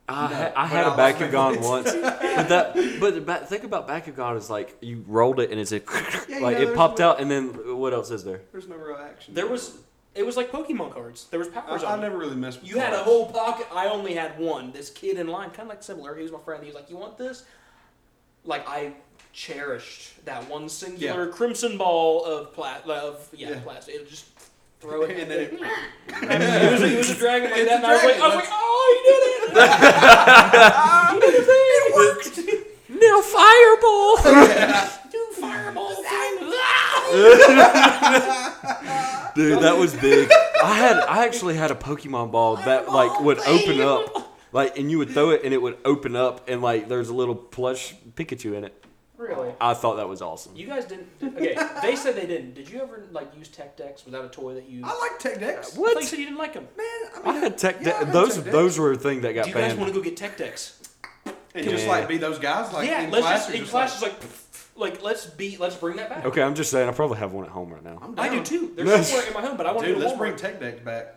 A: I,
C: No,
A: ha- I
C: but
A: had a
C: I like
A: Bakugan
C: Beyblades.
A: once, but that but the ba- think about Bakugan is like you rolled it and it's a
C: Yeah, you
A: like
C: know,
A: it
C: there's
A: popped
C: no-
A: out and then what else is there?
C: There's no real action.
B: There was, it was like Pokemon cards. There was
C: I,
B: powers
C: I
B: on. it.
C: never really messed with
B: You had a
C: cards.
B: whole pocket. I only had one. This kid in line, kind of like similar. He was my friend. He was like, "You want this?" Like I cherished that one singular crimson ball of pla- of yeah,
C: Yeah.
B: plastic. It just throw it.
C: And then it-
B: it, was, it was a dragon like that, and I was like, I was like, oh, he did it!
A: Now fireball.
B: You fireball thing!
A: Dude, that was big. I had I actually had a Pokemon ball that like would open up. Like and you would throw it and it would open up and like there's a little plush Pikachu in it.
B: Really?
A: I thought that was awesome.
B: You guys didn't. Okay, they said they didn't. Did you ever like use Tech Decks? Was that a toy that you?
C: I like Tech Decks.
B: I thought you
A: What?
B: said you didn't like them.
C: Man, I
A: I
C: mean,
A: had tech.
C: yeah, I had
A: those
C: Tech Decks.
A: those were a thing that got
B: Do you guys
A: banned.
B: want to go get Tech Decks?
C: and just
A: Yeah.
C: like be those guys, like
B: yeah,
C: in
B: let's
C: class,
B: just
C: you're
B: in
C: just
B: class,
C: like,
B: just like, pff, like let's be, let's bring that back.
A: okay, I'm just saying. I probably have one at home right now.
C: I'm
B: I do
C: down.
B: too. There's somewhere in my home, but I want
C: Dude,
B: to go
C: let's
B: to
C: bring
B: Walmart.
C: Tech Decks back.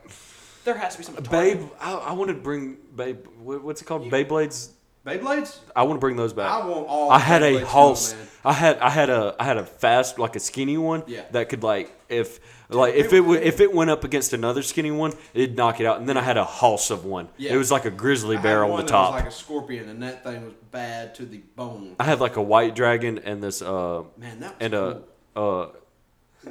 B: There has to be some. at Target.
A: Babe, I, I want to bring Babe. What, what's it called?
B: You-
A: Beyblades.
C: Beyblades?
A: I want to bring those
C: I
A: back.
C: want all.
A: I had
C: Beyblades
A: a
C: too,
A: Hulse.
C: Oh, man.
A: I had I had a I had a fast like a skinny one
C: Yeah.
A: that could like if like if it w- if it went up against another skinny one it'd knock it out and then I had a hulse of one
C: Yeah.
A: it was like a grizzly
C: I had
A: bear
C: one
A: on the
C: that
A: top
C: was like a scorpion, and that thing was bad to the bone.
A: I had like a white dragon and this uh
C: Man, that was
A: and a uh
C: cool.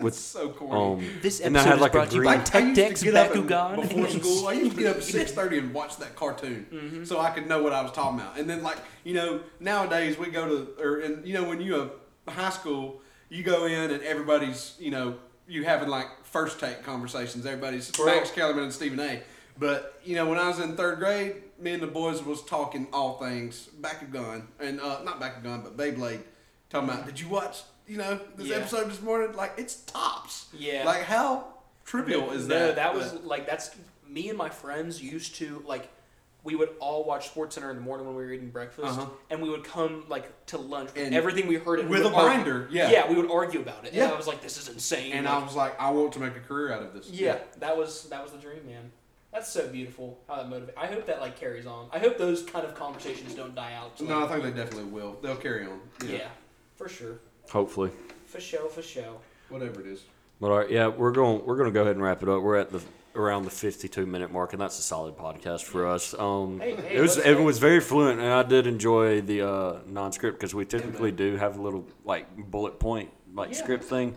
A: with
C: so corny.
A: um
B: This
A: and I
B: episode
A: had
B: is
A: like
B: brought
A: a
B: to you
A: green
B: by
C: I used to
B: Tech Decks,
C: get up and-
B: Bakugan,
C: Before
B: and-
C: school, I used to get up six thirty and watch that cartoon,
B: Mm-hmm.
C: so I could know what I was talking about. And then, like you know, nowadays we go to or and you know when you a high school, you go in and everybody's you know you having like first take conversations. Everybody's Max Kellerman and Stephen A. But you know when I was in third grade, me and the boys was talking all things Bakugan and uh, not Bakugan but Beyblade. Talking about did you watch you know this
B: Mm-hmm. Yeah.
C: episode this morning? Like it's tops.
B: Yeah.
C: Like how trivial is
B: no,
C: that?
B: that was like that's me and my friends used to like. We would all watch Sports Center in the morning when we were eating breakfast,
C: Uh-huh.
B: and we would come like to lunch with
C: And-
B: everything we heard. and we
C: with a
B: would argue.
C: binder, yeah.
B: yeah, we would argue about it.
C: Yeah.
B: and I was like, "This is insane."
C: And
B: like,
C: I was like, I want to make a career out of this.
B: Yeah, that was that was the dream, man. That's so beautiful how that motivates. I hope that like carries on. I hope those kind of conversations don't die out. to,
C: No, I
B: like-
C: think they definitely will. They'll carry on.
B: yeah. for sure,
A: hopefully
B: for sure, for sure.
C: Whatever it is.
A: But all right, yeah, we're going we're going to go ahead and wrap it up. We're at the around the 52 minute mark and that's a solid podcast for us. Um
B: Hey, hey,
A: it was
B: let's
A: it
B: go.
A: was very fluent and I did enjoy the uh non-script cuz we typically do have a little like bullet point like
B: Yeah.
A: script thing.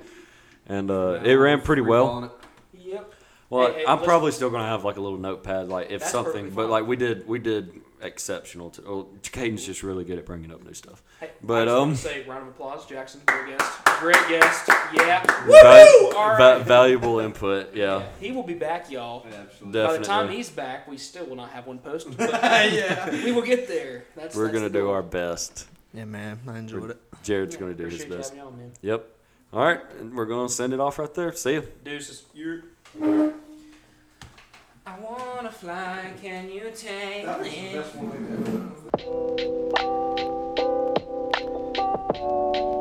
A: And uh, it ran pretty well.
B: Yep.
A: Well,
B: Hey, hey,
A: I'm
B: let's-
A: probably still gonna have like a little notepad, like if
B: That's
A: something.
B: perfectly
A: But
B: fine.
A: like we did, we did exceptional. To, oh, Caden's just really good at bringing up new stuff.
B: Hey,
A: But,
B: I just want
A: um,
B: to say round of applause, Jackson, great guest, great guest. Yeah,
A: Val-
B: All right.
A: va- valuable input, yeah.
B: he will be back, y'all.
C: Absolutely.
B: By the time
A: Definitely.
B: he's back, we still will not have one posted, but
C: yeah.
B: we will get there. That's
A: We're
B: that's
A: gonna
B: the
A: do
B: goal.
A: our best.
D: Yeah, man, I enjoyed it.
A: Jared's
B: Yeah,
A: gonna do his
B: appreciate you
A: best.
B: having me on, man.
A: Yep. All right, and we're gonna send it off right there. See ya.
B: Deuces. You're. I wanna fly. Can you take
C: That was the best one we've ever done.